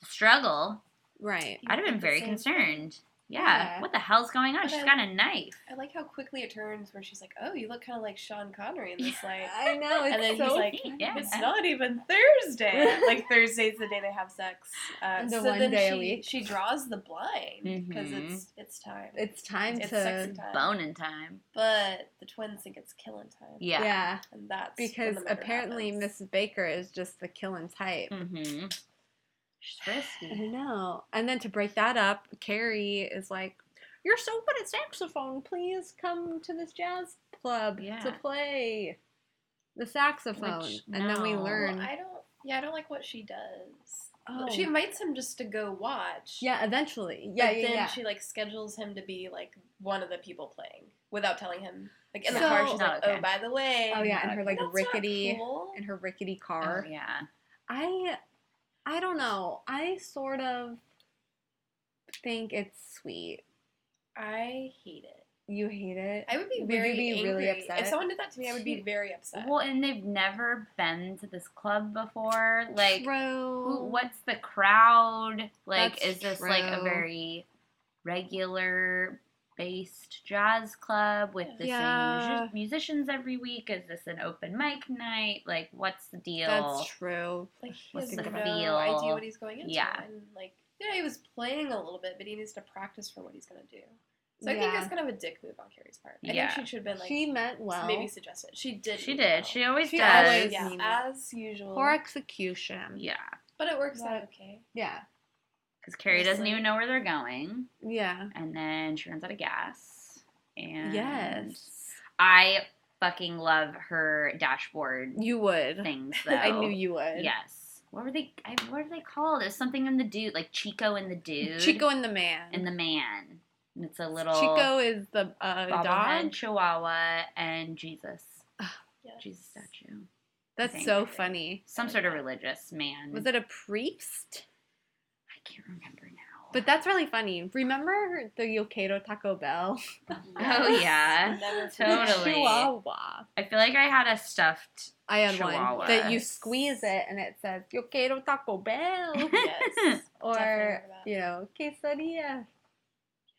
the struggle, Right. I'd have been At the very same concerned. Yeah. Yeah. what the hell's going on? But She's I- got a knife. I like how quickly it turns where she's like, "Oh, you look kind of like Sean Connery in this light." I know. It's And then so he's like, yeah. "It's not even Thursday. like Thursday's the day they have sex. Uh, The so one then day she, a week. Mm-hmm. she draws the blind because Mhm. it's it's time. it's time it's to sexy time. Bone in time. But the twins think it's killing time. yeah. Yeah. and that's when Because the murder apparently happens. Mrs. Baker is just the killing type. Mm-hmm. She's I risky. know. And then to break that up, Carrie is like, You're so good at saxophone. Please come to this jazz club to Yeah. play the saxophone. Which- and then we no. learn. Well, I don't. Yeah, I don't like what she does. Oh. She invites him just to go watch. yeah, eventually. Yeah, but yeah, then yeah. she like schedules him to be like one of the people playing without telling him. Like in the So- car, she's Not like, okay. "Oh, by the way." oh, yeah. And her like uh, That's not rickety, cool. and her rickety Oh, car. yeah. I, I don't know. I sort of think it's sweet. I hate it. You hate it. I would be Would you very be angry. really upset? If someone did that to me, I would be She- very upset. Well, and they've never been to this club before. Like, True. Who, what's the crowd like? That's is this like a true. very regular based jazz club with the same Yeah. music- musicians every week? Is this an open mic night? Like, what's the deal? That's true. like he Let's has no think about it. idea what he's going into. Yeah. And like, yeah, he was playing a little bit, but he needs to practice for what he's gonna do. So I think Yeah. that's kind of a dick move on Carrie's part. I Yeah. think she should have been like she meant well. maybe suggested. She did. she mean well. did. She always She does. always- yeah, mean well. as usual. Poor execution. Yeah, but it works out But- okay. Yeah. because Carrie doesn't Mostly. even know where they're going, Yeah. and then she runs out of gas. And yes. I fucking love her dashboard You would. things. Though I knew you would. Yes. What were they? I, what are they called? There's something in the dude, like Chico and the dude. Chico and the man. and the man. And it's a little Chico is the uh, bobblehead dog. chihuahua and Jesus, Yeah. Jesus Oh, statue, That's thing. so funny. some sort of religious man. Was it a priest? I can't remember now. But that's really funny. Remember the Yokato Taco Bell? Oh, yeah. Never The Totally. Chihuahua. I feel like I had a stuffed. I had Chihuahua. one that you squeeze it and it says Yokato Taco Bell Yes. or remember that. you know quesadilla.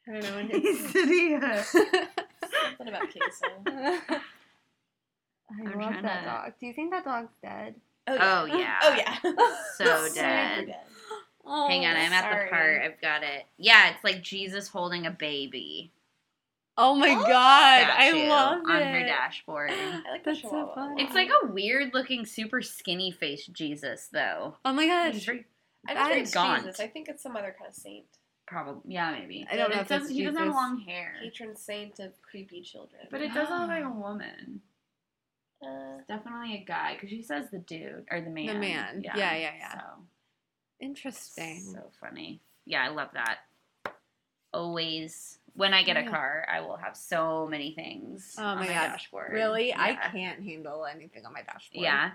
I don't know. when it's- Quesadilla. Something about queso. I trying love that to- dog. Do you think that dog's dead? Oh, yeah. Oh yeah. so Super dead. Oh, Hang on, I'm at sorry. the part. I've got it. Yeah, it's like Jesus holding a baby. Oh my god, statue I love it. on her dashboard. I like That's the so Chihuahua. funny. It's like oh, a weird looking, super skinny faced Jesus, though. Oh my god. He's very- I don't that think is it's gaunt. Jesus. I think it's some other kind of saint. Probably, yeah, maybe. I don't But know it if it's doesn't- He doesn't have Jesus. long hair, Patron saint of creepy children. but it does look like a woman. uh, It's definitely a guy because she says the dude or the man. man. Yeah, yeah, yeah. So, Interesting. so funny. Yeah, I love that. Always, when I get a Yeah. car, I will have so many things Oh on my my God. dashboard. Really? I Yeah. can't handle anything on my dashboard. Yeah.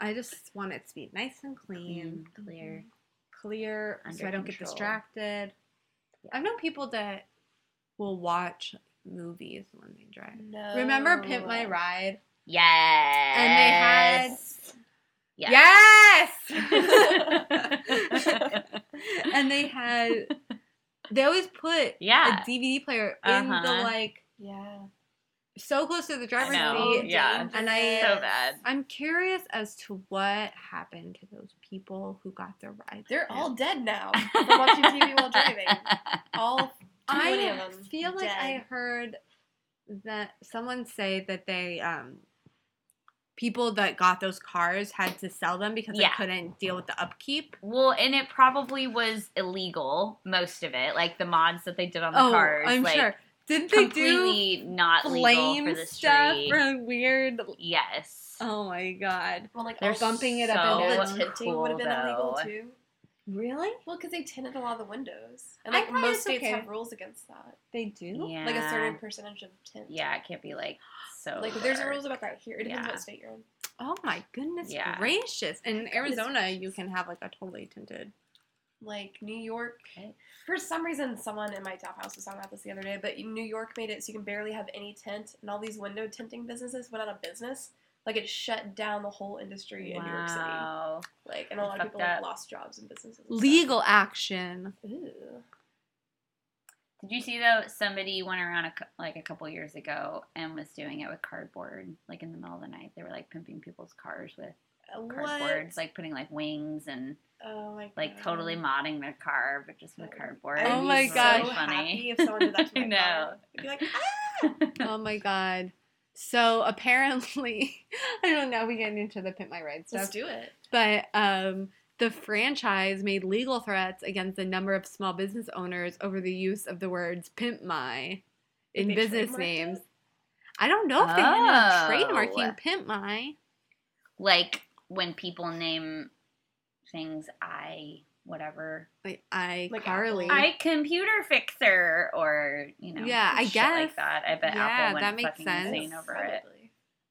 I just want it to be nice and clean, Clean, clear. Mm-hmm. clear, so Under I don't get control. distracted. I've known people that will watch movies when they drive. no. Remember Pimp My Ride? Yes. And they had. Yes. Yes! and they had. They always put Yeah. a DVD player in the Uh-huh. like Yeah. so close to the driver's know. seat. yeah. And I- so bad. I'm curious as to what happened to those people who got their rides. They're all ripped. dead now from watching TV while driving. All too many of I them. feel like I dead. heard that someone say that they um people that got those cars had to sell them because Yeah. they couldn't deal with the upkeep. Well, and it probably was illegal, most of it, like the mods that they did on Um, the Oh, cars. I'm like, sure. Didn't they do Completely not legal for flame the stuff street. or weird? yes. Oh my god! Well, like They're all the bumping it up so and all down. the tinting would have been cool, illegal though. too. Really? Well, because they tinted a lot of the windows, and I like thought most it's states okay. have rules against that, They do. Yeah. like a certain percentage of tint. Yeah, it can't be like so. Like there's a dark. rules about that here. It depends Yeah. what state you're in. Oh my goodness Yeah. gracious! In Arizona, you can have like a totally tinted. Like New York. Okay. For some reason, someone in my top house was talking about this the other day, but New York made it so you can barely have any tint, and all these window tinting businesses went out of business. Like it shut down the whole industry in New York City. Wow. Like, and a lot of Fucked people like, up. lost jobs and businesses. and stuff. Legal action. Ooh. Did you see though? Somebody went around a, cou- like a couple years ago and was doing it with cardboard, like in the middle of the night. They were like pimping people's cars with Uh, What? cardboard, like putting like wings and Oh my god. like totally modding their car, but just with cardboard. Oh I'd be my so gosh. Happy if someone did that to my I know. car. I'd be like, ah! oh my god. So apparently, I don't know. We get into the pimp my ride let's stuff, do it. but um, the franchise made legal threats against a number of small business owners over the use of the words "pimp my" in They business trademarked names. it? I don't know if they ended up Oh. trademarking "pimp my." like when people name things I whatever Like I Like Carly. Apple. I computer fixer or you know Yeah, I shit guess. like that. I bet Yeah, Apple went that makes fucking sense. insane over it. Probably.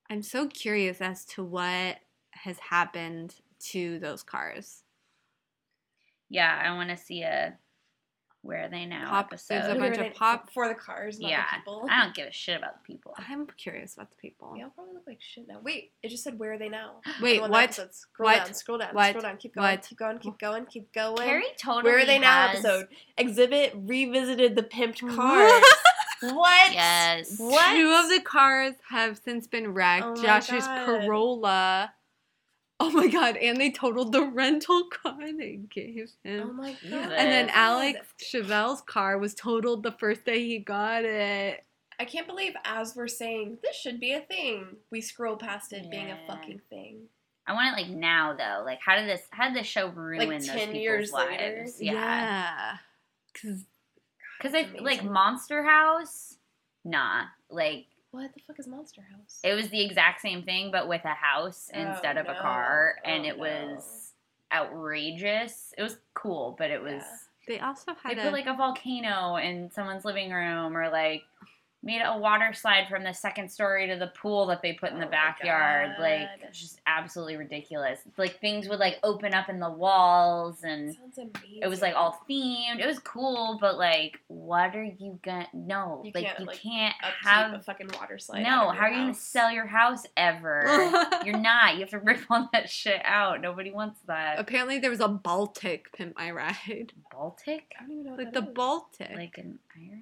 I'm so curious as to what has happened to those cars. Yeah, I want to see a where are they now Pop- there's episode. a bunch of They- pop- for the cars, not yeah, the people. I don't give a shit about the people. I'm curious about the people. They all probably look like shit now. Wait, it just said where are they now? Wait, Go on the what? episodes. Scroll What? down, scroll down, What? scroll down. Keep going, What? keep going, keep going, keep going. Carrie totally. where are they now? has- Episode exhibit revisited the pimped cars. what? Yes. What? Two of the cars have since been wrecked. Oh my Josh's God. Corolla. Oh my god! And they totaled the rental car they gave Oh him. my god. Jesus. and then God. Alex Chevelle's car was totaled the first day he got it. I can't believe as we're saying this should be a thing, we scroll past it being a Yeah. fucking thing. I want it like now though. Like how did this? How did this show ruin those 10 people's years later? lives? Yeah. Yeah. Cause Because That's I like amazing. Monster House, nah. Like What the fuck is Monster House? it was the exact same thing, but with a house Oh, instead of a no. car, and Oh, it no. was outrageous. It was cool, but it was they also they had a, put like a volcano in someone's living room, or like made a water slide from the second story to the pool that they put in the Oh my backyard. God. Like it's just absolutely ridiculous. It's like things would like open up in the walls and Sounds amazing. it was like all themed. It was cool, but like what are you gonna no, You like can't, you like, can't upkeep a have fucking water slide. out no, of your how are you gonna house. sell your house ever? You're not. You have to rip all that shit out. Nobody wants that. Apparently, there was a Baltic pimp my ride, Baltic? I don't even know what like the Oh, that is. Baltic. Like in Ireland?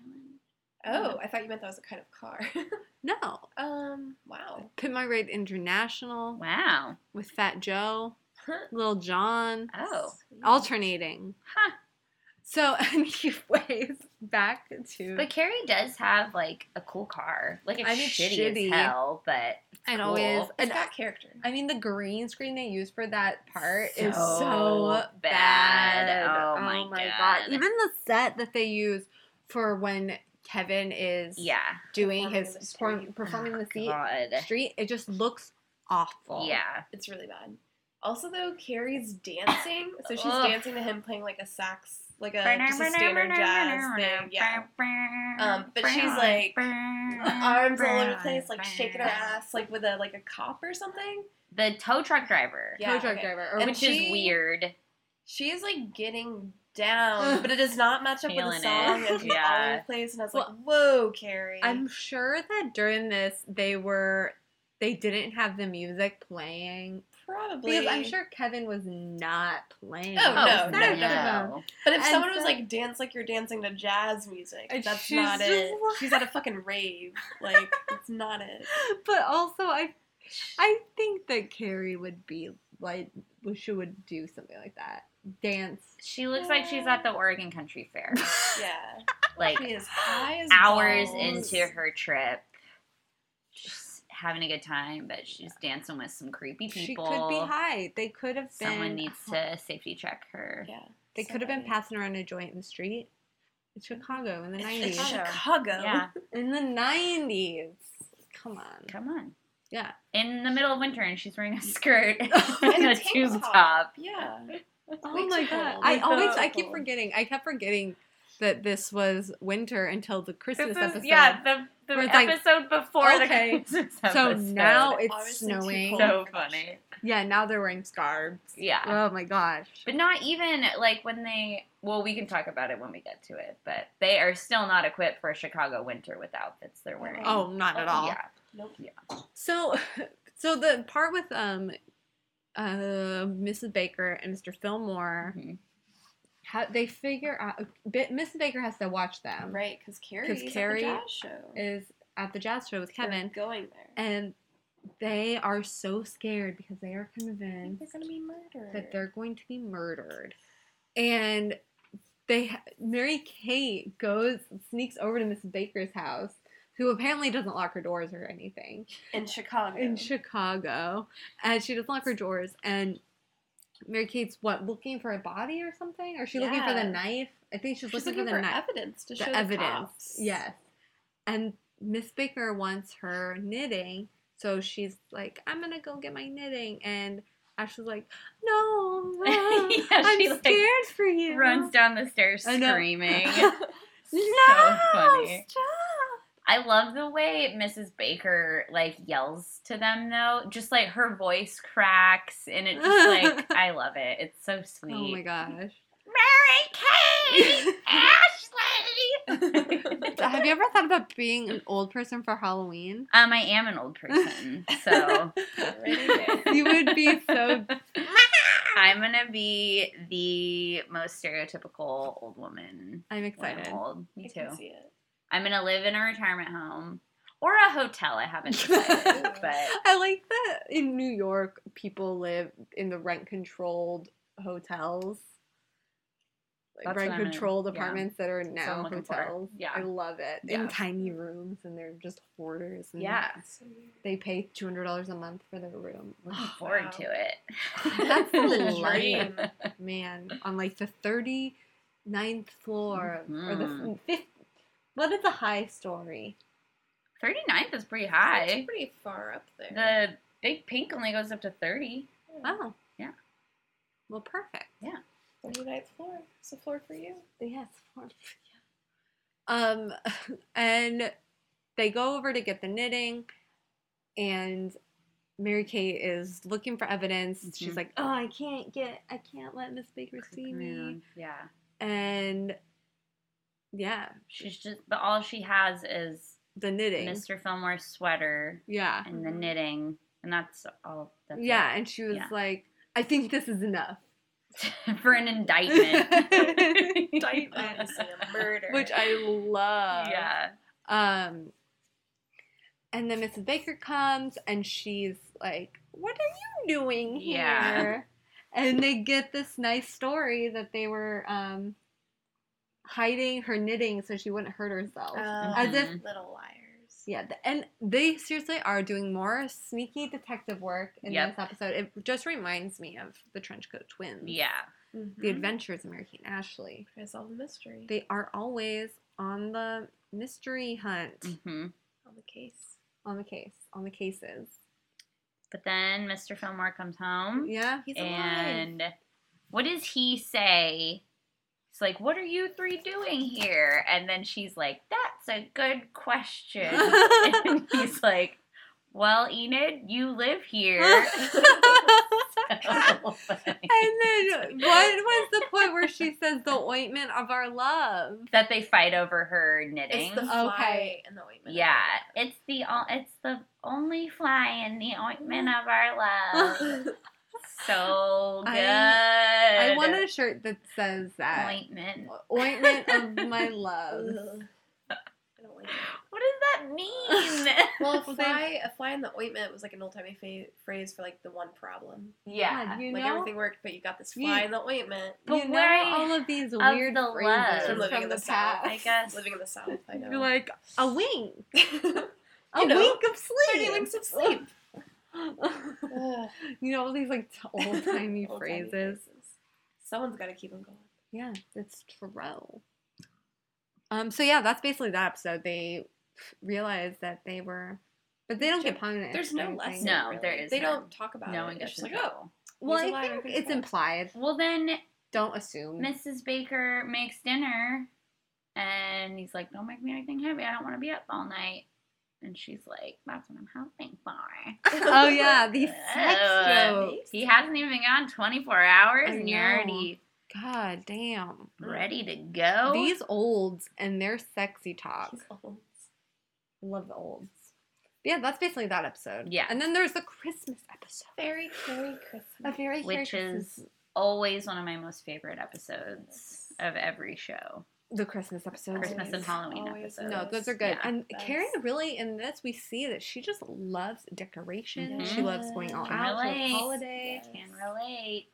Oh, I thought you meant that was a kind of car. no, um, wow. pimp my ride international Wow. with Fat Joe, Lil John, Oh. Sweet. alternating. Huh. So, anyways, back to Hmm. But Carrie does have like a cool car. Like it's I mean, shitty, shitty. as hell, but and cool. always It's It's and got character. I mean, the green screen they use for that part is So so bad. bad. Oh my God. Even the set that they use for when Kevin is yeah. doing Performing his in the perform- street. performing in Oh, the seat God. street, it just looks awful. Yeah. It's really bad. Also, though, Carrie's dancing, so she's Ugh. dancing to him playing like a sax, like a just a standard jazz thing. Yeah. Um, but she's, like, Arms all over the place, like shaking her ass, like with a like a cop or something. The tow truck driver. Tow Yeah, truck okay. driver, or And when Which she- is weird. She is like getting down, but it does not match up with the Feeling song. it. And she's all Yeah. over the place, and I was Well, like, "Whoa, Carrie!" I'm sure that during this they were they didn't have the music playing probably because I'm sure Kevin was not playing. Oh, no, the no, saxophone. no. But if And someone was so- like dance like you're dancing to jazz music, And that's she's not just it. like- She's at a fucking rave. Like it's not it. But also, I I think that Carrie would be like she would do something like that dance. She looks like she's at the Oregon Country Fair. Yeah. Like She is high as hours balls. into her trip, just having a good time, but she's dancing with some creepy people. She could be high. They could have been. Someone needs to safety check her. Yeah. They could have been Somebody. passing around a joint in the street. In Chicago in the It's nineties. Chicago. Chicago. Yeah, In the nineties. Come on. come on. Yeah. In the middle of winter, and she's wearing a skirt and, And a tank tube top. Yeah. Oh Way my too god. cold. I Like, always so I keep cold. forgetting. I kept forgetting that this was winter until the Christmas This episode. is, yeah, the, the Where it's like, episode before okay, the Christmas so episode. now it's Obviously too snowing. cold So for that funny. shit. Yeah, now they're wearing scarves. yeah. Oh my gosh. But not even like when they well, we can talk about it when we get to it, but they are still not equipped for a Chicago winter with outfits they're wearing. Oh, not at Oh, all. yeah. Nope. So, so the part with um, uh, Mrs. Baker and Mr. Fillmore, Mhm. how they figure out. Bi- Mrs. Baker has to watch them. Right, because Carrie's Carrie at the jazz show. Is at the jazz show with They're Kevin, going there. and they are so scared because they are I think convinced they're gonna be murdered. that they're going to be murdered, and they Mary Kate goes sneaks over to Mrs. Baker's house, who apparently doesn't lock her doors or anything. in Chicago. in Chicago, and she doesn't lock her drawers. And Mary Kate's what looking for a body or something? Or is she looking for the Yeah. knife? I think she's, She's looking, for the knife. evidence to show The the evidence, cops. yes. And Miss Baker wants her knitting, so she's like, "I'm gonna go get my knitting." And Ashley's like, "No, ah, Yeah, I'm she, scared like, for you." Runs down the stairs I know. screaming. No, so funny. stop. Oh I love the way Mrs. Baker like yells to them though. Just like her voice cracks and it just like I love it. It's so sweet. Oh my gosh. Mary Kate Ashley Have you ever thought about being an old person for Halloween? Um I am an old person, so Already there. You would be so I'm gonna be the most stereotypical old woman. I'm When excited. I'm old. I Me can too. see it. I'm gonna live in a retirement home or a hotel. I haven't decided, but I like that in New York people live in the rent controlled hotels. Like That's what I'm rent gonna- controlled yeah. apartments that are what I'm now looking for. hotels. Yeah. I love it. Yeah. In tiny rooms and they're just hoarders and yeah, So they pay two hundred dollars a month for their room. looking forward Wow. to it. That's the dream. Man, on like the 39th floor or the Mhm. f- fifth what is a high story? 39th is pretty It's high. pretty far up there. The big pink only goes up to 30. Oh. Yeah. Well perfect. 39th floor. It's a floor for you. Yes. Um, and They go over to get the knitting, and Mary Kate is looking for evidence. She's Mhm. like, "Oh, I can't get, I can't let Miss Baker see me." Yeah. And yeah, She's just, but all she has is the knitting. Mr. Fillmore's sweater Yeah, and the Mhm. knitting, and that's all. That's yeah. And she was Yeah. like, "I think this is enough," it. for an indictment. Indictment is a murder. which I love. Yeah. Um, and then Mrs. Baker comes and she's like, What are you doing here? Yeah. And they get this nice story that they were um, hiding her knitting so she wouldn't hurt herself. Uh. As if- if little liars. yeah, th- and they seriously are doing more sneaky detective work in Yep. this episode. It just reminds me of the Trenchcoat Twins. Yeah. Mm-hmm. The Mhm. Adventures of Mary Kate and Ashley. Try to solve the mystery They are always on the mystery hunt, hmm on the case. on the case, on the cases. But then Mr. Fillmore comes home, Yeah, he's Mm-hmm. and what does he say? He's like, "What are you three doing here?" And then she's like, "That's a good question." and he's like, "Well, Enid, you live here." So funny. and then what was the point where she says the ointment of our love? that they fight over her knitting. It's the fly Okay. and the ointment. yeah, it's the o- it's the only fly in the ointment of our love. so good. I want a shirt that says that ointment. ointment of my love. Ugh. I don't like it. What does that mean? Well, a Well, they- fly, a fly in the ointment was like an old timey fa- phrase for like the one problem. God, you like know, everything worked, but you got this You- fly in the ointment. you But know where all of these of weird the love? phrases From It's from living in the, the, past. south, I guess. Living in the south, I know. You're like a wink, a You know, wink of sleep, thirty winks of sleep. Ugh. you know all these like t- old timey Old-timey phrases. Someone's got to keep them going. Yeah, that's true. Um, so yeah, that's basically the episode. They realized that they were, but they don't get punished. There's or no anything. lesson. No, really. there is They none. don't talk about it. No one It's goes just to like, jail. oh, Well, He's I alive, think everything's it's fine. implied. Well, then Don't assume. Mrs. Baker makes dinner, and he's like, "Don't make me anything heavy. I don't want to be up all night." And she's like, "That's what I'm helping for." oh yeah, these sex Ugh. jokes. He hasn't even been gone 24 hours, I and you're know. already God damn. ready to go. These olds and their sexy talk. She's old. Love the olds. Yeah, that's basically that episode. Yeah. and then there's the Christmas episode. Very, very A Christmas. very very Which Christmas- is always one of my most favorite episodes of every show. the Christmas episode. Christmas and Always, Halloween always. episodes. No, those are good. Yeah. And That's- Carrie really in this we see that she just loves decoration. She loves going all Can out for the relate. holiday. Yes. Can relate.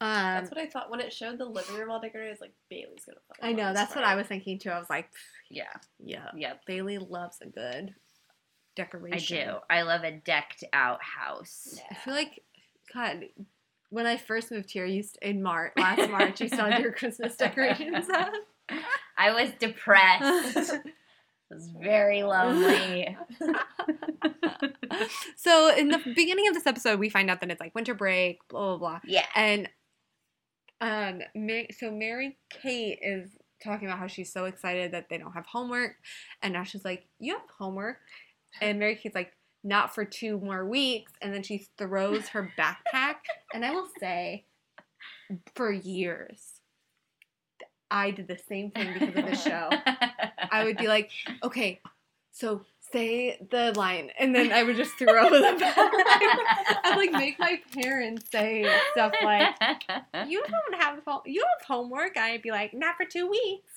Um, That's what I thought when it showed the living room all decorated. I was like, Bailey's gonna. fucking I know. love this That's what part. I was thinking too. I was like, Yeah. yeah, Yep. Bailey loves a good I decoration. do. I love a decked out house. I feel like, God, when I first moved here, you st- in March last March, you saw your Christmas decorations up. I was depressed. I was very lonely. so in the beginning of this episode, we find out that it's like winter break, blah blah blah. Yeah. And um, Ma- so Mary Kate is talking about how she's so excited that they don't have homework, and now she's like, "You have homework," and Mary Kate's like, "Not for two more weeks," and then she throws her backpack. and I will say, for years, I did the same thing because of this show. I would be like, "Okay, so." Say the line, and then I would just throw the back. I would like make my parents say stuff like, you don't have home- you have homework. I'd be like, not for two weeks.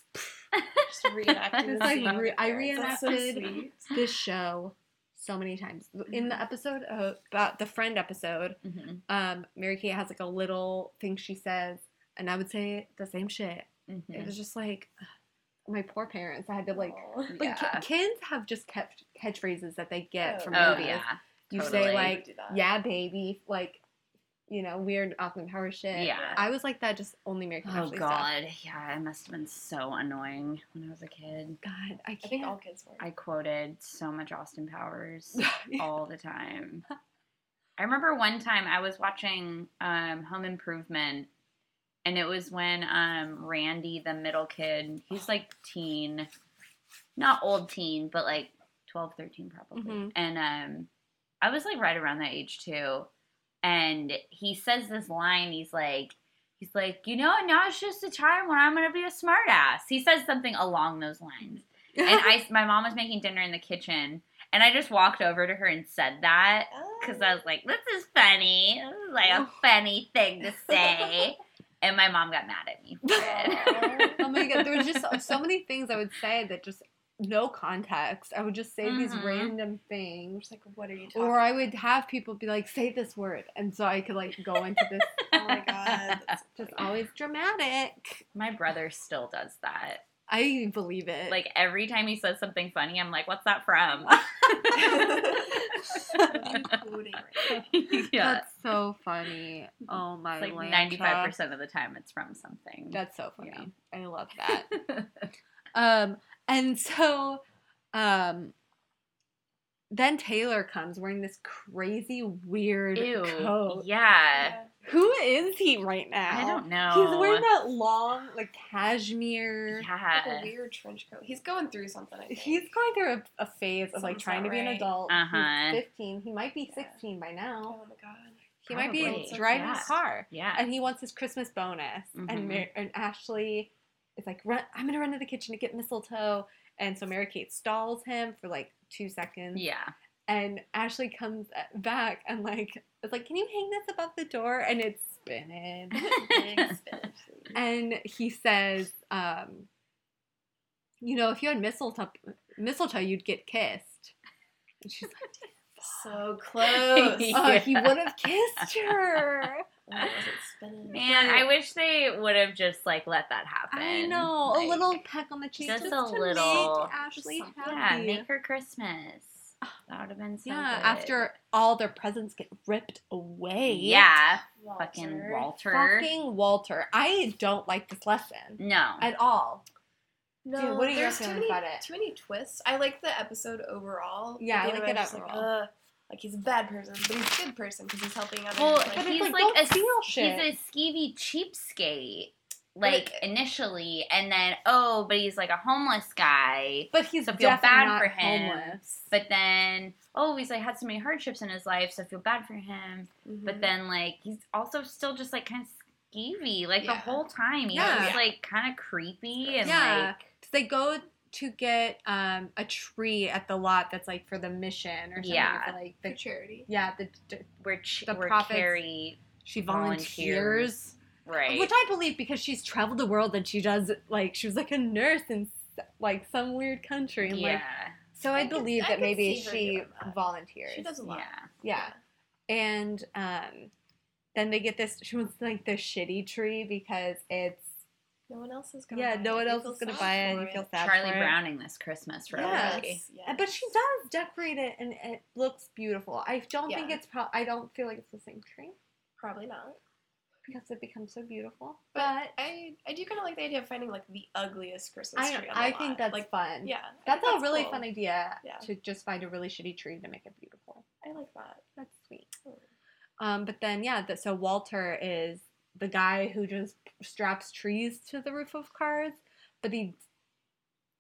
just reenacting. It's the like scene re- with I the parents. That's so reenacted- sweet. This show, so many times in the episode uh, about the friend episode, Mhm, um, Mary Kate has like a little thing she says, and I would say the same shit. It mhm. was just like my poor parents. I had to like. Aw. But ki- Yeah. kids kids have just kept catchphrases that they get Oh. from Oh movies. yeah. You say totally. I like, would do that. "Yeah, baby," like, you know, weird Austin Power shit. Yeah. I was like that just only Mary Kate. Oh Ashley stuff. god. Yeah, it must have been so annoying when I was a kid. God, I I think all can't. kids were. I quoted so much Austin Powers. all the time. I remember one time I was watching um, Home Improvement, and it was when um, Randy, the middle kid, he's like teen, not old teen, but like 12, 13 probably. Mhm. And um, I was like right around that age too. And he says this line. He's like, he's like, you know, now it's just a time when I'm gonna be a smartass. He says something along those lines. And I, my mom was making dinner in the kitchen, and I just walked over to her and said that Oh. because I was like, this is funny. This is like a funny thing to say. And my mom got mad at me for it. Oh my god, there was just so- so many things I would say that just no context. I would just say these Mhm. random things. like, what are you talking? Or I would have people be like, say this word. And so I could like go into this Oh my god. that's just funny. always dramatic. my brother still does that. I believe it. Like every time he says something funny, I'm like, "What's that from?" I'm quoting right now. yeah, That's so funny. Oh my it's like Lanta. ninety five percent of the time, it's from something. That's so funny. Yeah. I love that. um and so um then Taylor comes wearing this crazy weird Ew. coat. Yeah, Yeah. Who is he right now? I don't know. He's wearing that long like cashmere. Like a Yeah. weird trench coat. He's going through something. I think. He's going through a, a phase of like Something's trying not to be an right. adult. Uh-huh. He's 15. He might be Yeah. 16 by now. Oh my god. He might be Probably. driving Yeah. a car. Yeah. and he wants his Christmas bonus. Mhm. And Mar- and Ashley is like, run, I'm gonna run to the kitchen to get mistletoe. And so Mary Kate stalls him for like two seconds. Yeah. And Ashley comes uh, back and like, it's like, can you hang this above the door? And it's spinning. Big spin. and he says, um, you know, if you had mistletoe, mistletoe, you'd get kissed. And she's like, So close. Yeah. Oh, oh, he would have kissed her. that wasn't spinning. Man, I wish they would have just like let that happen. I know. Like, a little peck on the cheek. just Just, a to little- Make Ashley just something. Yeah, happy. Yeah, make her Christmas. That would have been so good. after all their presents get ripped away. Yeah, Walter. fucking Walter. Fucking Walter. I don't like this lesson no. at all. No, Dude, what are your there's feelings too many, about it? Too many twists. I like the episode overall. but Yeah, I the like it end of was just overall. Like, Ugh. Like, he's a bad person, but he's a good person because he's helping others. Well, like, but it's he's like, like, don't a, steal he's shit. a skeevy cheapskate, But like it- initially, and then oh, but he's like a homeless guy. But he's So feel definitely bad not for him. homeless. But then oh, he's like had so many hardships in his life, so I feel bad for him. But mhm. then like he's also still just like kind of skeevy, like the Yeah. whole time. He's Yeah. just like kind of creepy and Yeah. like they go to get um, a tree at the lot that's like for the mission or something. Yeah. for, like for the, charity. yeah, the, the- we're ch- The we're prophets- Carrie, she Volunteers. volunteers. right? Which I believe because she's traveled the world and she does like she was like a nurse in like some weird country and yeah, like so I, I could- believe I that could maybe see her she doing that. volunteers. She does a lot. yeah. yeah. And um then they get this she wants like the shitty tree because it's No one else is gonna. yeah, buy no it. one You else feel is gonna sad buy it. for You feel sad Charlie for it. Browning this Christmas for Yes. everybody. Yes. Uh, But she does decorate it and it looks beautiful. I don't think Yeah. it's pro- I don't feel like it's the same tree Probably not. because it becomes so beautiful. But, But- I I do kind of like the idea of finding like the ugliest Christmas I, tree. On the I think lot. that's like fun. yeah. I That's think a really cool. fun idea Yeah. to just find a really shitty tree to make it beautiful. I like that. That's sweet. Mm. Um, but then yeah, that so Walter is the guy who just straps trees to the roof of cars, but he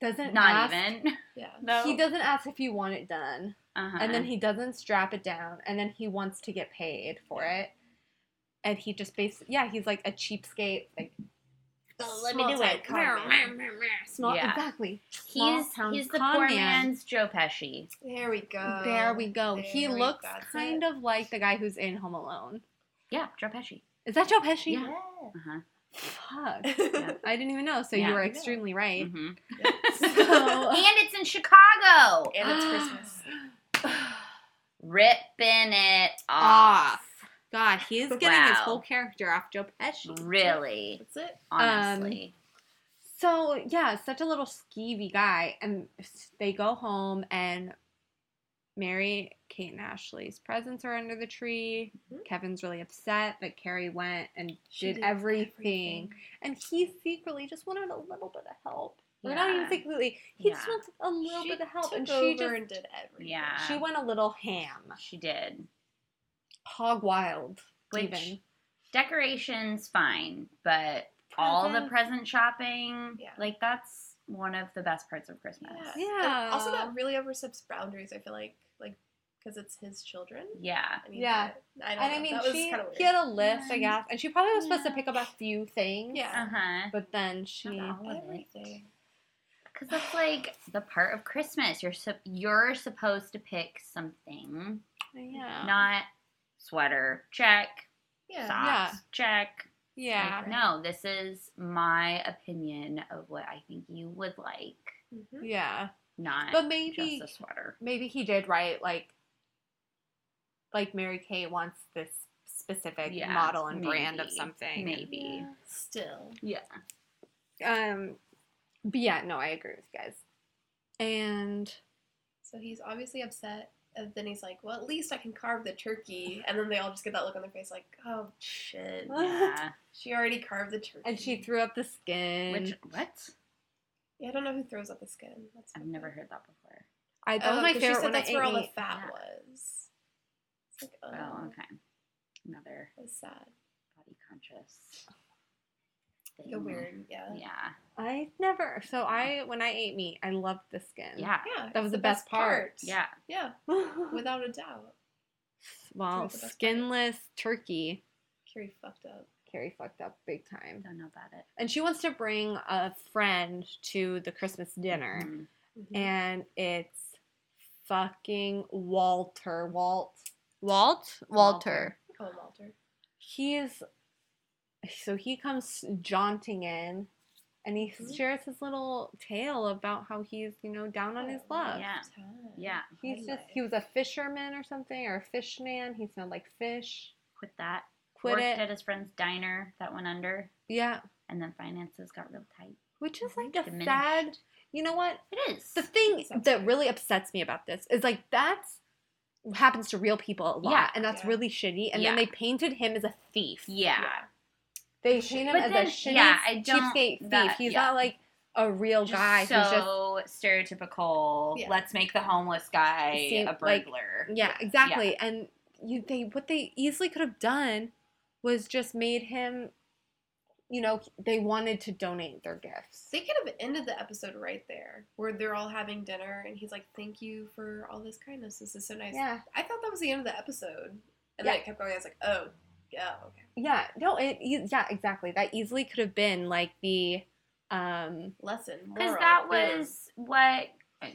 doesn't Not ask- even. Yeah. No. He doesn't ask if you want it done, Uh-huh. and then he doesn't strap it down, and then he wants to get paid for it, and he just basically yeah, he's like a cheapskate, like Oh, let me do it. small Yeah. exactly. small he's town he's the con poor man. man's Joe Pesci. There we go. there we go. He there we- looks that's it. kind of like the guy who's in Home Alone. Yeah, Joe Pesci. Is that Joe Pesci? Yeah. Uh-huh. Fuck. Yeah. I didn't even know. So Yeah. you were Yeah. extremely right. Mhm. So- and it's in Chicago. and it's Christmas. Ripping it off. Off. Ah. God, he's getting his Wow. whole character off Um, Joe Pesci. Really, That's it. honestly. So yeah, such a little skeevy guy. And they go home and Mary, Kate, and Ashley's presents are under the tree. Mhm. Kevin's really upset that Carrie went and She did, did everything. and he secretly just wanted a little bit of help. Or not Yeah. even secretly. He just Yeah. wants a little She bit of help, took and over she just and did everything. yeah, she went a little ham, she did. hog wild, Which even. decorations fine, but all the present shopping, Yeah. like that's one of the best parts of Christmas. Yeah. Yeah. And also, Yeah. that really oversteps boundaries. I feel like, like, because it's his children. I mean, Yeah. I, I don't And know. I mean, that was she, kind of she had a list, I Yeah. guess, and she probably was supposed to Yeah. pick up a few things. Yeah. Uh huh. But then she. Not all of it. everything. Because that's like the part of Christmas. You're sup you're supposed to pick something, Yeah. not sweater. Check. Yeah. Socks. Check. yeah. Like, no, this is my opinion of what I think you would like, Mhm. Yeah. not But maybe just a sweater. maybe he did write like like Mary Kay wants this specific Yeah, model and brand of maybe, something. Maybe. Still. Yeah. Um but yeah, no, I agree with you guys. And So he's obviously upset, and then he's like, "Well, at least I can carve the turkey." And then they all just get that look on their face, like, "Oh shit, Yeah. she already carved the turkey." and she threw up the skin. Which what? Yeah, I don't know who throws up the skin. That's I've never heard that before. I that was Oh, my 'cause she favorite said when I that's where all the ate. fat Yeah. was. It's like, oh, Oh, okay. Another that's sad. body conscious. Like a weird, yeah. Yeah. I never so I when I ate meat, I loved the skin. Yeah. Yeah, it's was the best part. Yeah. Yeah, well, without a doubt. part. skinless turkey. Carrie fucked up. Carrie fucked up big time. Don't know about it. And she wants to bring a friend to the Christmas dinner. Mm. Mm-hmm. and it's fucking Walter. Walt. Walt? Walter. Call him Walter. He is. So he comes jaunting in and he Mm-hmm. Mhm. shares his little tale about how he's, you know, down on Oh, his luck. Yeah. Time. Yeah. He's just, he was a fisherman or something, or a fishman. He smelled like fish. Quit that. Quit Worked it. at his friend's diner that went under, Yeah. and then finances got real tight. Which is like Mhm. a Diminished. sad. You know what? It is. The thing Sounds that right. really upsets me about this is like that's happens to real people a lot, Yeah. and that's Yeah. really shitty. And then Yeah. they painted him as a thief. yeah. They Shit. paint him But as then- a shitty yeah, I don't- cheapskate thief. that- He's yeah. not like a real Just guy. Oh, He's just so stereotypical. Yeah. Let's make the homeless guy Seem- a like- burglar. yeah, exactly. And you, they what they easily could have done was just made him. You know, they wanted to donate their gifts. They could have ended the episode right there, where they're all having dinner, and he's like, "Thank you for all this kindness. This is so nice." Yeah, I thought that was the end of the episode, and Yeah. then it kept going. I was like, "Oh, yeah, okay." yeah, no, it, e- yeah, exactly. That easily could have been like the, um, Lesson Because moral, that boom. was what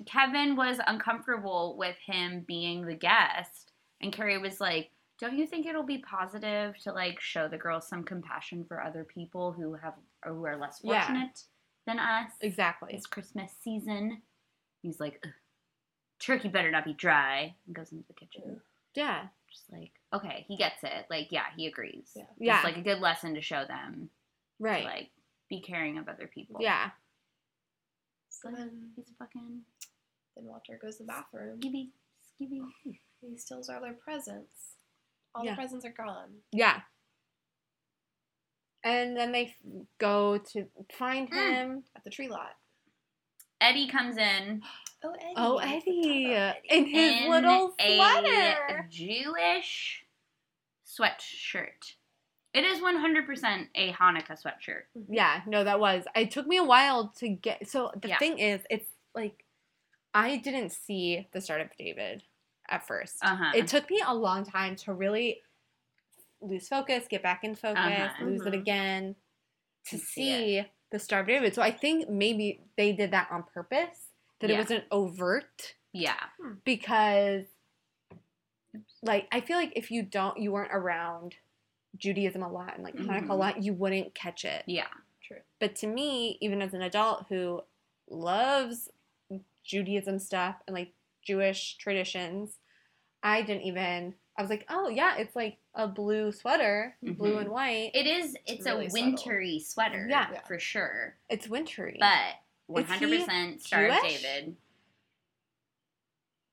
Kevin was uncomfortable with him being the guest, and Carrie was like, "Don't you think it'll be positive to like show the girls some compassion for other people who have or who are less Yeah. fortunate than us? exactly. It's Christmas season." He's like, "Ugh, "Turkey better not be dry," and goes into the kitchen. Yeah, Just like, okay, he gets it. Like, yeah, he agrees. Yeah. Yeah. it's like a good lesson to show them, to, right. like, be caring of other people. yeah, So then, he's a fucking then Walter goes to the bathroom. skibby, skibby. and He steals all their presents. All Yeah. the presents are gone. yeah. And then they f- go to find Mm. him. at the tree lot. Eddie comes in Oh, Eddie. Oh, I forgot Eddie. about In his in little a sweater. Jewish sweatshirt. It is 100% a Hanukkah sweatshirt. Yeah, no, that was. It took me a while to get. So the Yeah. thing is, it's like I didn't see the start of David at 1st Uh-huh. It took me a long time to really lose focus, get back in focus, Uh-huh. lose it Mhm. again to see And see the Star of David. So I think maybe they did that on purpose, that it Yeah. wasn't overt Yeah. because like I feel like if you don't you weren't around Judaism a lot and like Hanukkah a Mhm. lot, you wouldn't catch it. Yeah. True. But to me, even as an adult who loves Judaism stuff and like Jewish traditions, I didn't even. I was like, oh yeah, it's like a blue sweater, blue Mhm. and white. It is, it's Really a subtle. wintry sweater. Yeah. For sure. it's wintry. But Is he 100% Star of Jewish? David.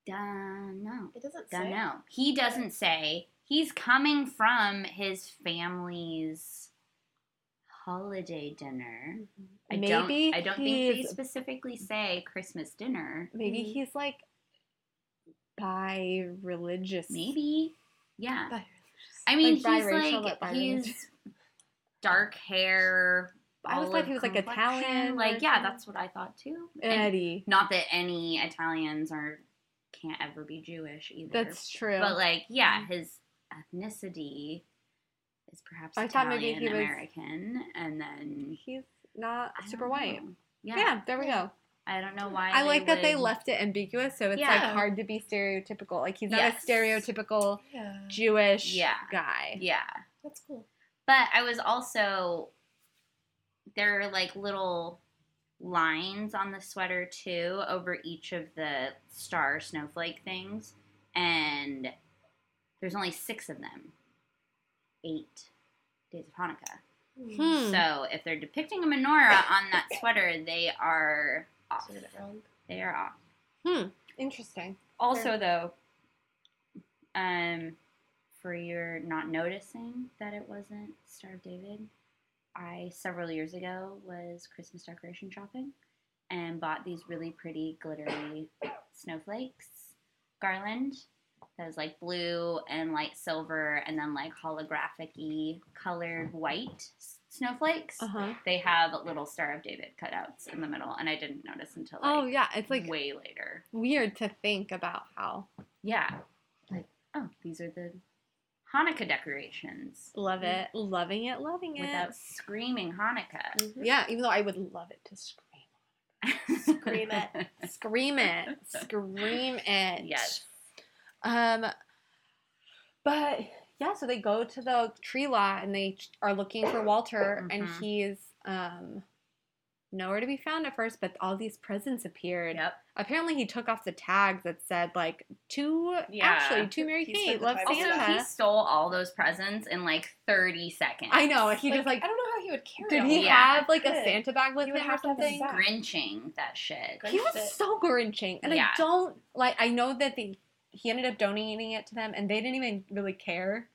Don't know. It doesn't say. Don't know. He doesn't say. He's coming from his family's holiday dinner. Mm-hmm. I Maybe don't, I don't think Mm-hmm. they he's- specifically say Christmas dinner. maybe Mhm. he's like bi religious. Maybe. Yeah. But- I mean, Like he's biracial, like but he's dark hair, I always olive thought he was, like, complexion. Italian or Like yeah, something. that's what I thought too. And Eddie. not that any Italians are can't ever be Jewish either. That's true. Mm-hmm. But like yeah, his ethnicity is perhaps I thought maybe Italian he was- American, and then he's not I super don't white. know. Yeah. Yeah, there we go. I don't know why. I like that they would- left it ambiguous, so it's like Yeah. hard to be stereotypical. Like he's not Yes. a stereotypical Yeah, Jewish Yeah. guy. Yeah, that's cool. But I was also there are like little lines on the sweater too over each of the star snowflake things and there's only 6 of them. 8 days of Hanukkah. Hmm. So if they're depicting a menorah on that sweater, they are off. So I did it wrong. They are off. Interesting. Also though, um for your not noticing that it wasn't Star of David, I several years ago was Christmas decoration shopping and bought these really pretty glittery snowflakes garland that was like blue and light silver and then like holographic y colored white s- snowflakes. Uh huh. They have little Star of David cutouts in the middle and I didn't notice until like, Oh yeah, it's like way later. weird to think about how. Yeah. Like, oh, these are the Hanukkah decorations Love it, loving it, loving it. without screaming Hanukkah. Mhm. Yeah, even though I would love it to scream, Mm-hmm. Scream it. scream it, scream it. Yes. Um, but yeah, so they go to the tree lot and they ch- are looking for Walter, and Mhm. he's um nowhere to be found at first. But all these presents appeared. Yep. Apparently, he took off the tags that said like to Yeah. Ashley, to Mary He Kate, spent the love time Also, Santa. he stole all those presents in like 30 seconds. I know he Like, just like I don't know how he would carry. did all he that. Yeah. have like a Good. Santa bag with You him would or have to have the something? sack. Grinching that shit. Grinch He was it. so grinching, and Yeah. I don't like. I know that the he ended up donating it to them, and they didn't even really care.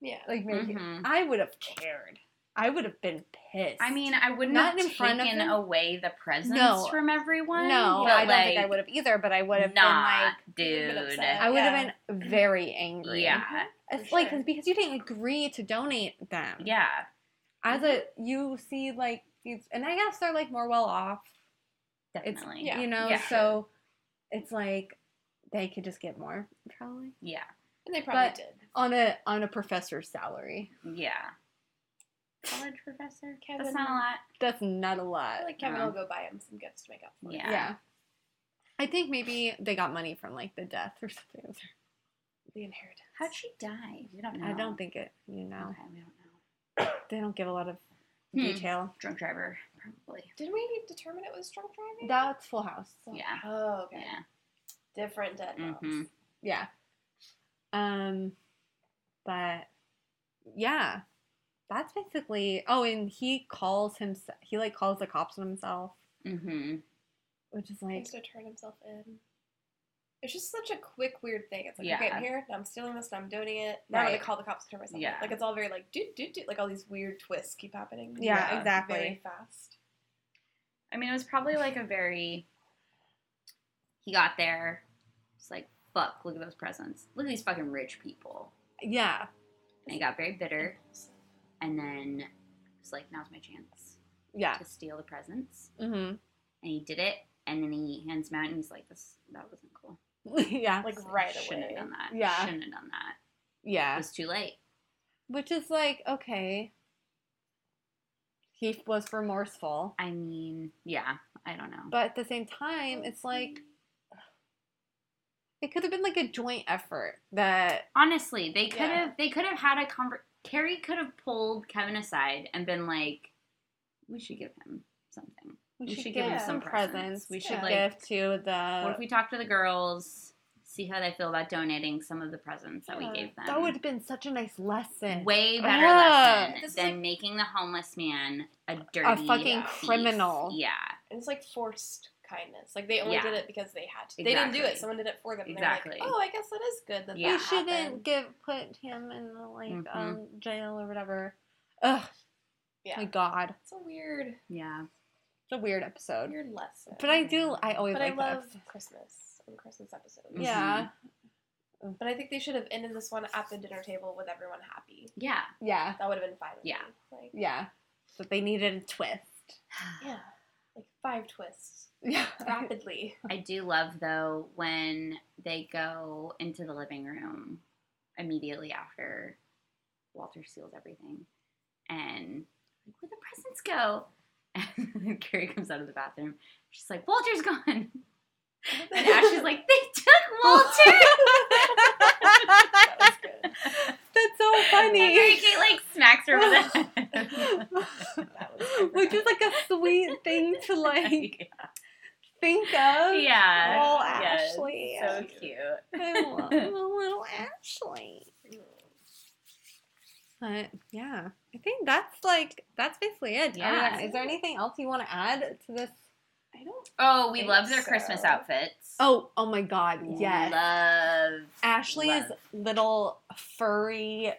Yeah. Like Mary Kate- Mhm. Mm-hmm. I would have cared. I would have been pissed. I mean, I wouldn't Not have in front of taken them? away the presents No. from everyone. no, but I don't like, think I would have either. But I would have nah, been dude. upset. been like, I would Yeah. have been very angry. yeah, it's for like sure. because you didn't agree to donate them. yeah. as a you see like these, and I guess they're like more well off. It's Definitely. yeah. you know, Yeah. so it's like they could just get more probably. yeah. And they probably But- did. on a on a professor's salary. Yeah. College professor? Kevin. That's not a lot. That's not a lot. I feel like Kevin Yeah. will go buy him some gifts to make up for it. Yeah. um, yeah. I think maybe they got money from like the death or something. The inheritance. How'd she die? We don't know. I don't think it. You know, Okay, we don't know. they don't give a lot of Hmm. detail. Drunk driver, probably. Did we determine it was drunk driving? That's Full House. Yeah. Oh, okay. Yeah. Different dead moms. Mhm. Yeah. Um, but yeah, that's basically. Oh, and he calls himself. He like calls the cops on himself, Mm-hmm. which is He like needs to turn himself in. It's just such a quick, weird thing. It's like, Yeah. okay, I'm here, now I'm stealing this, now I'm donating it, now I'm Right. gonna call the cops to turn myself in. Yeah. Like, it's all very, like, doot, doot, doot. Like, all these weird twists keep happening. yeah, Yeah, exactly. Very fast. I mean, it was probably like a very. He got there. It's like, fuck, look at those presents. Look at these fucking rich people. Yeah, And he got very bitter. And then it's like, now's my chance yeah. to steal the presents. hmm And he did it. And then he hands them out and he's like, this, that wasn't cool. yeah, Like, It's like, right shouldn't away. have done that. Yeah. Shouldn't have done that. It yeah. was too late. Which is like okay. He was remorseful. I mean, yeah, I don't know. But at the same time, it's like it could have been like a joint effort that Honestly, they could Yeah. have they could have had a conver Carrie could have pulled Kevin aside and been like, "We should give him something. We should give him give some presents. We should, give like- to the. what if we talk to the girls, see how they feel about donating some of the presents that Yeah, we gave them?" that Um, would have been such a nice lesson. way better Ugh. lesson This is than like- making the homeless man a dirty fucking thief. criminal. Yeah, And it's like forced kindness. Like, they only Yeah. did it because they had to. They didn't do it, Exactly. someone did it for them. And Exactly. They're like, oh, I guess that is good that Yeah. we that shouldn't happened." give put him in the like Mhm. um jail or whatever. Ugh, Mm-hmm. Yeah. my god, It's a weird, yeah. it's a weird episode. weird lesson. But I do. I always But I like that. love episode. Christmas and Christmas episodes. Mhm. Yeah, But I think they should have ended this one at the dinner table with everyone happy. Yeah, yeah, That would have been fine. With Yeah. me. Like, yeah. But they needed a twist. Yeah, like five twists Yeah. rapidly. I do love though when they go into the living room immediately after Walter seals everything, and like where the presents go. And Carrie comes out of the bathroom. She's like, "Walter's gone," and Ashley's like, "They took Walter." that was good. That's so And Mary funny. Kate like smacks her with it. That was Which is like a sweet thing to like think of. yeah, Oh, yeah, it's Ashley. so cute. I love little Ashley. But yeah, I think that's like that's basically it. Are Yeah. there- Is there anything else you want to add to this? I don't. Oh, we Think love their so. Christmas outfits. Oh, oh my God! Yes, Love. Ashley's love. little furry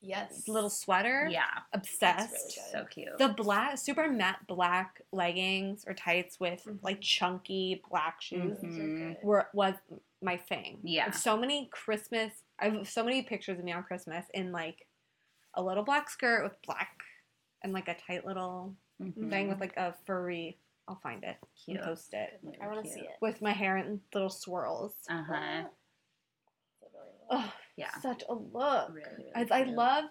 Yes. little sweater. Yeah. obsessed. That's really So cute. the black, super matte black leggings or tights with Mhm. like chunky black shoes Those are Mhm. good. were was my thing. Yeah. I have so many Christmas. I have so many pictures of me on Christmas in like a little black skirt with black and like a tight little Mhm. thing with like a furry. I'll find it Cute. and post it Good look. I want to see it. with my hair in little swirls. Uh-huh. Oh, Yeah. such a look. Really, really I, I cute. love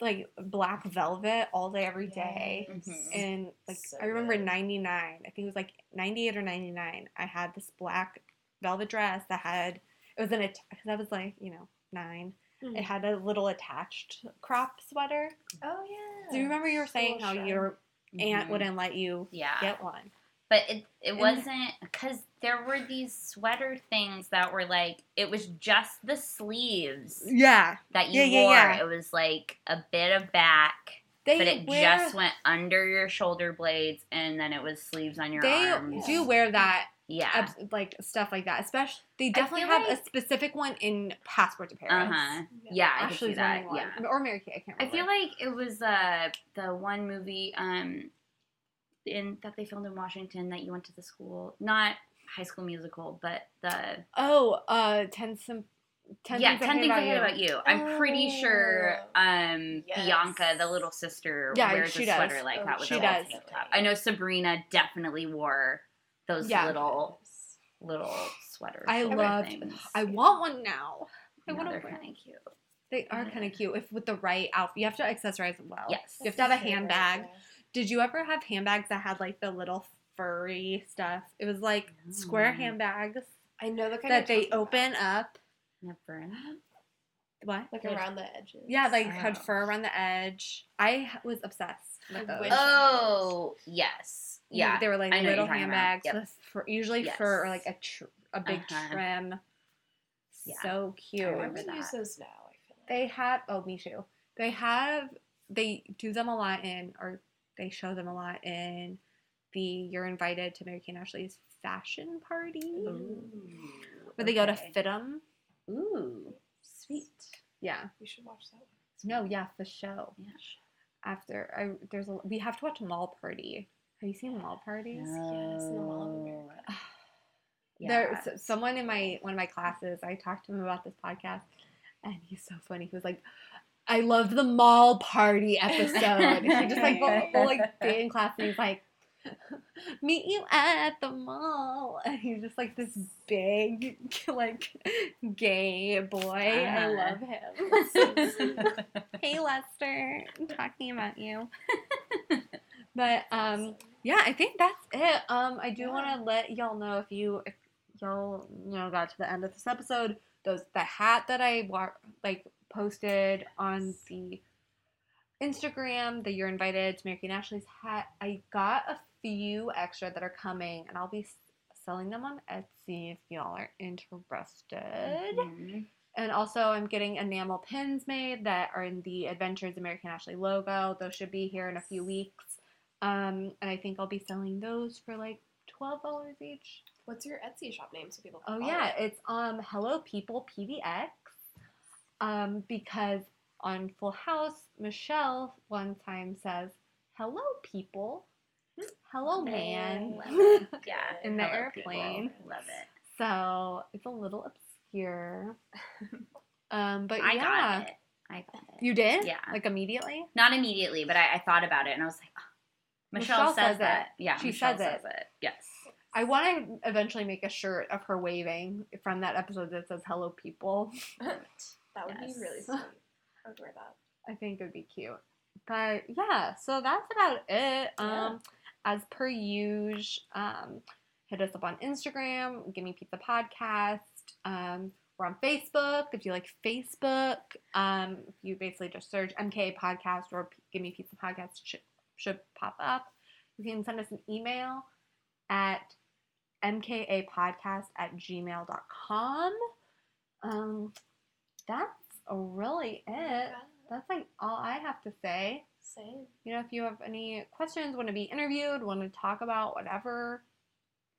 like black velvet all day every day. Mhm. And like Mm. So I remember good. '99, I think it was like '98 or '99. I had this black velvet dress that had it was an because I was like you know 9 Mm-hmm. Mm. It had a little attached crop sweater. Oh yeah. Do you remember you were saying Little how shrug. your aunt Mhm. wouldn't let you Yeah. get one? But it it And- wasn't because there were these sweater things that were like it was just the sleeves Yeah, that you Mm. Yeah, yeah, wore. yeah. It was like a bit of back, they but it wear, just went under your shoulder blades, and then it was sleeves on your They arms. do wear that Yeah. abs- like stuff like that. Especially they definitely feel have like- a specific one in Passport to Uh Paris. huh. Yeah, I could see Ashley's that. wearing Yeah. one, or Mary Kay. I can't. I Remember. feel like it was uh the one movie um in that they filmed in Washington that you went to the school, not High School Musical, but the Oh, uh, ten some, ten yeah, things, Ten I Things I Hate hate About You. I'm pretty sure Oh. um Yes. Bianca, the little sister, Yeah, wears she a does. sweater like Oh, that with she a does. little tank top. I know Sabrina definitely wore those Yeah. little little sweaters. I little love- Things. I want one now. I No, want to They're wear. kind of cute. They are Yeah. kind of cute if with the right outfit. You have to accessorize them well. Yes. You have to have a handbag. Did you ever have handbags that had like the little furry stuff? It was like square No. handbags I know the kind that you're they talking open about. up. Never. What? like Yeah. around the edges. Yeah, like had Oh. fur around the edge. I h- was obsessed with I those. wish- Oh yes, yeah. they were like I know what little you're talking about. handbags, Yep. with fur, usually Yes. fur or like a tr- a big Uh-huh. trim. Yeah. So cute. I remember would that. use those now. I feel like. They have oh me too. They have they do them a lot in or they show them a lot in the you're invited to Mary Kay and Ashley's fashion party. Where they go to Okay. fit 'em. Ooh, sweet. Yeah. we should watch that. One. No, yeah, the show. Yeah. After I there's a we have to watch Mall Party. Have you seen Mall Parties? yes, in the Mall of America. Oh. There, Yeah. s- someone in my one of my classes, I talked to him about this podcast, and he's so funny. He was like, "I loved the mall party episode." and he just like the whole like day in class, and he's like, "Meet you at the mall," and he's just like this big like gay boy. I Uh-huh. love him. hey Lester, I'm talking about you. but um. Yeah, I think that's it. Um, I do Yeah. want to let y'all know if you if y'all you know got to the end of this episode, those the hat that I wa- like posted on the Instagram that you're invited to Mary Kay and Ashley's hat. I got a few extra that are coming, and I'll be s- selling them on Etsy if y'all are interested. Mhm. And also, I'm getting enamel pins made that are in the Adventures American Ashley logo. Those should be here in a few weeks. Um, and I think I'll be selling those for like twelve dollars each. What's your Etsy shop name so people? Oh can follow yeah, it? it's um Hello People PVX. Um, because on Full House, Michelle one time says, "Hello people, hello man." Love it. Yeah. In the Hello, airplane. people. Love it. so it's a little obscure. um, but I yeah. got it. I got it. You did? Yeah. Like immediately? Not immediately, but I, I thought about it and I was like, oh, Michelle, Michelle says, says that. Yeah, She Michelle says it. Yes. I want to eventually make a shirt of her waving from that episode that says "Hello, people." That would Yes. be really sweet. I would wear that. I think it would be cute. But yeah, so that's about it. Um, as per usual, um, hit us up on Instagram. Give me pizza podcast. Um, we're on Facebook. If you like Facebook, um, you basically just search MK podcast or P- Give Me Pizza podcast should, should pop up. You can send us an email at mkapodcast at gmail.com. Um, that's really it. That's like all I have to say. Same. You know, if you have any questions, want to be interviewed, want to talk about whatever,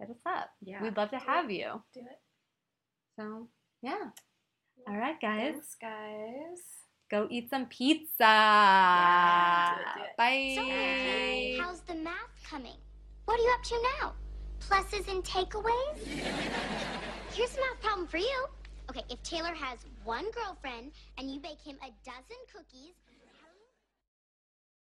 hit us up. Yeah. We'd love to have you. Do it. So, yeah. All right, guys. Thanks, guys. Go eat some pizza. do it, do it. Bye. So, how's the math coming? What are you up to now? Pluses and takeaways? Here's a math problem for you. Okay, if Taylor has one girlfriend and you bake him a dozen cookies,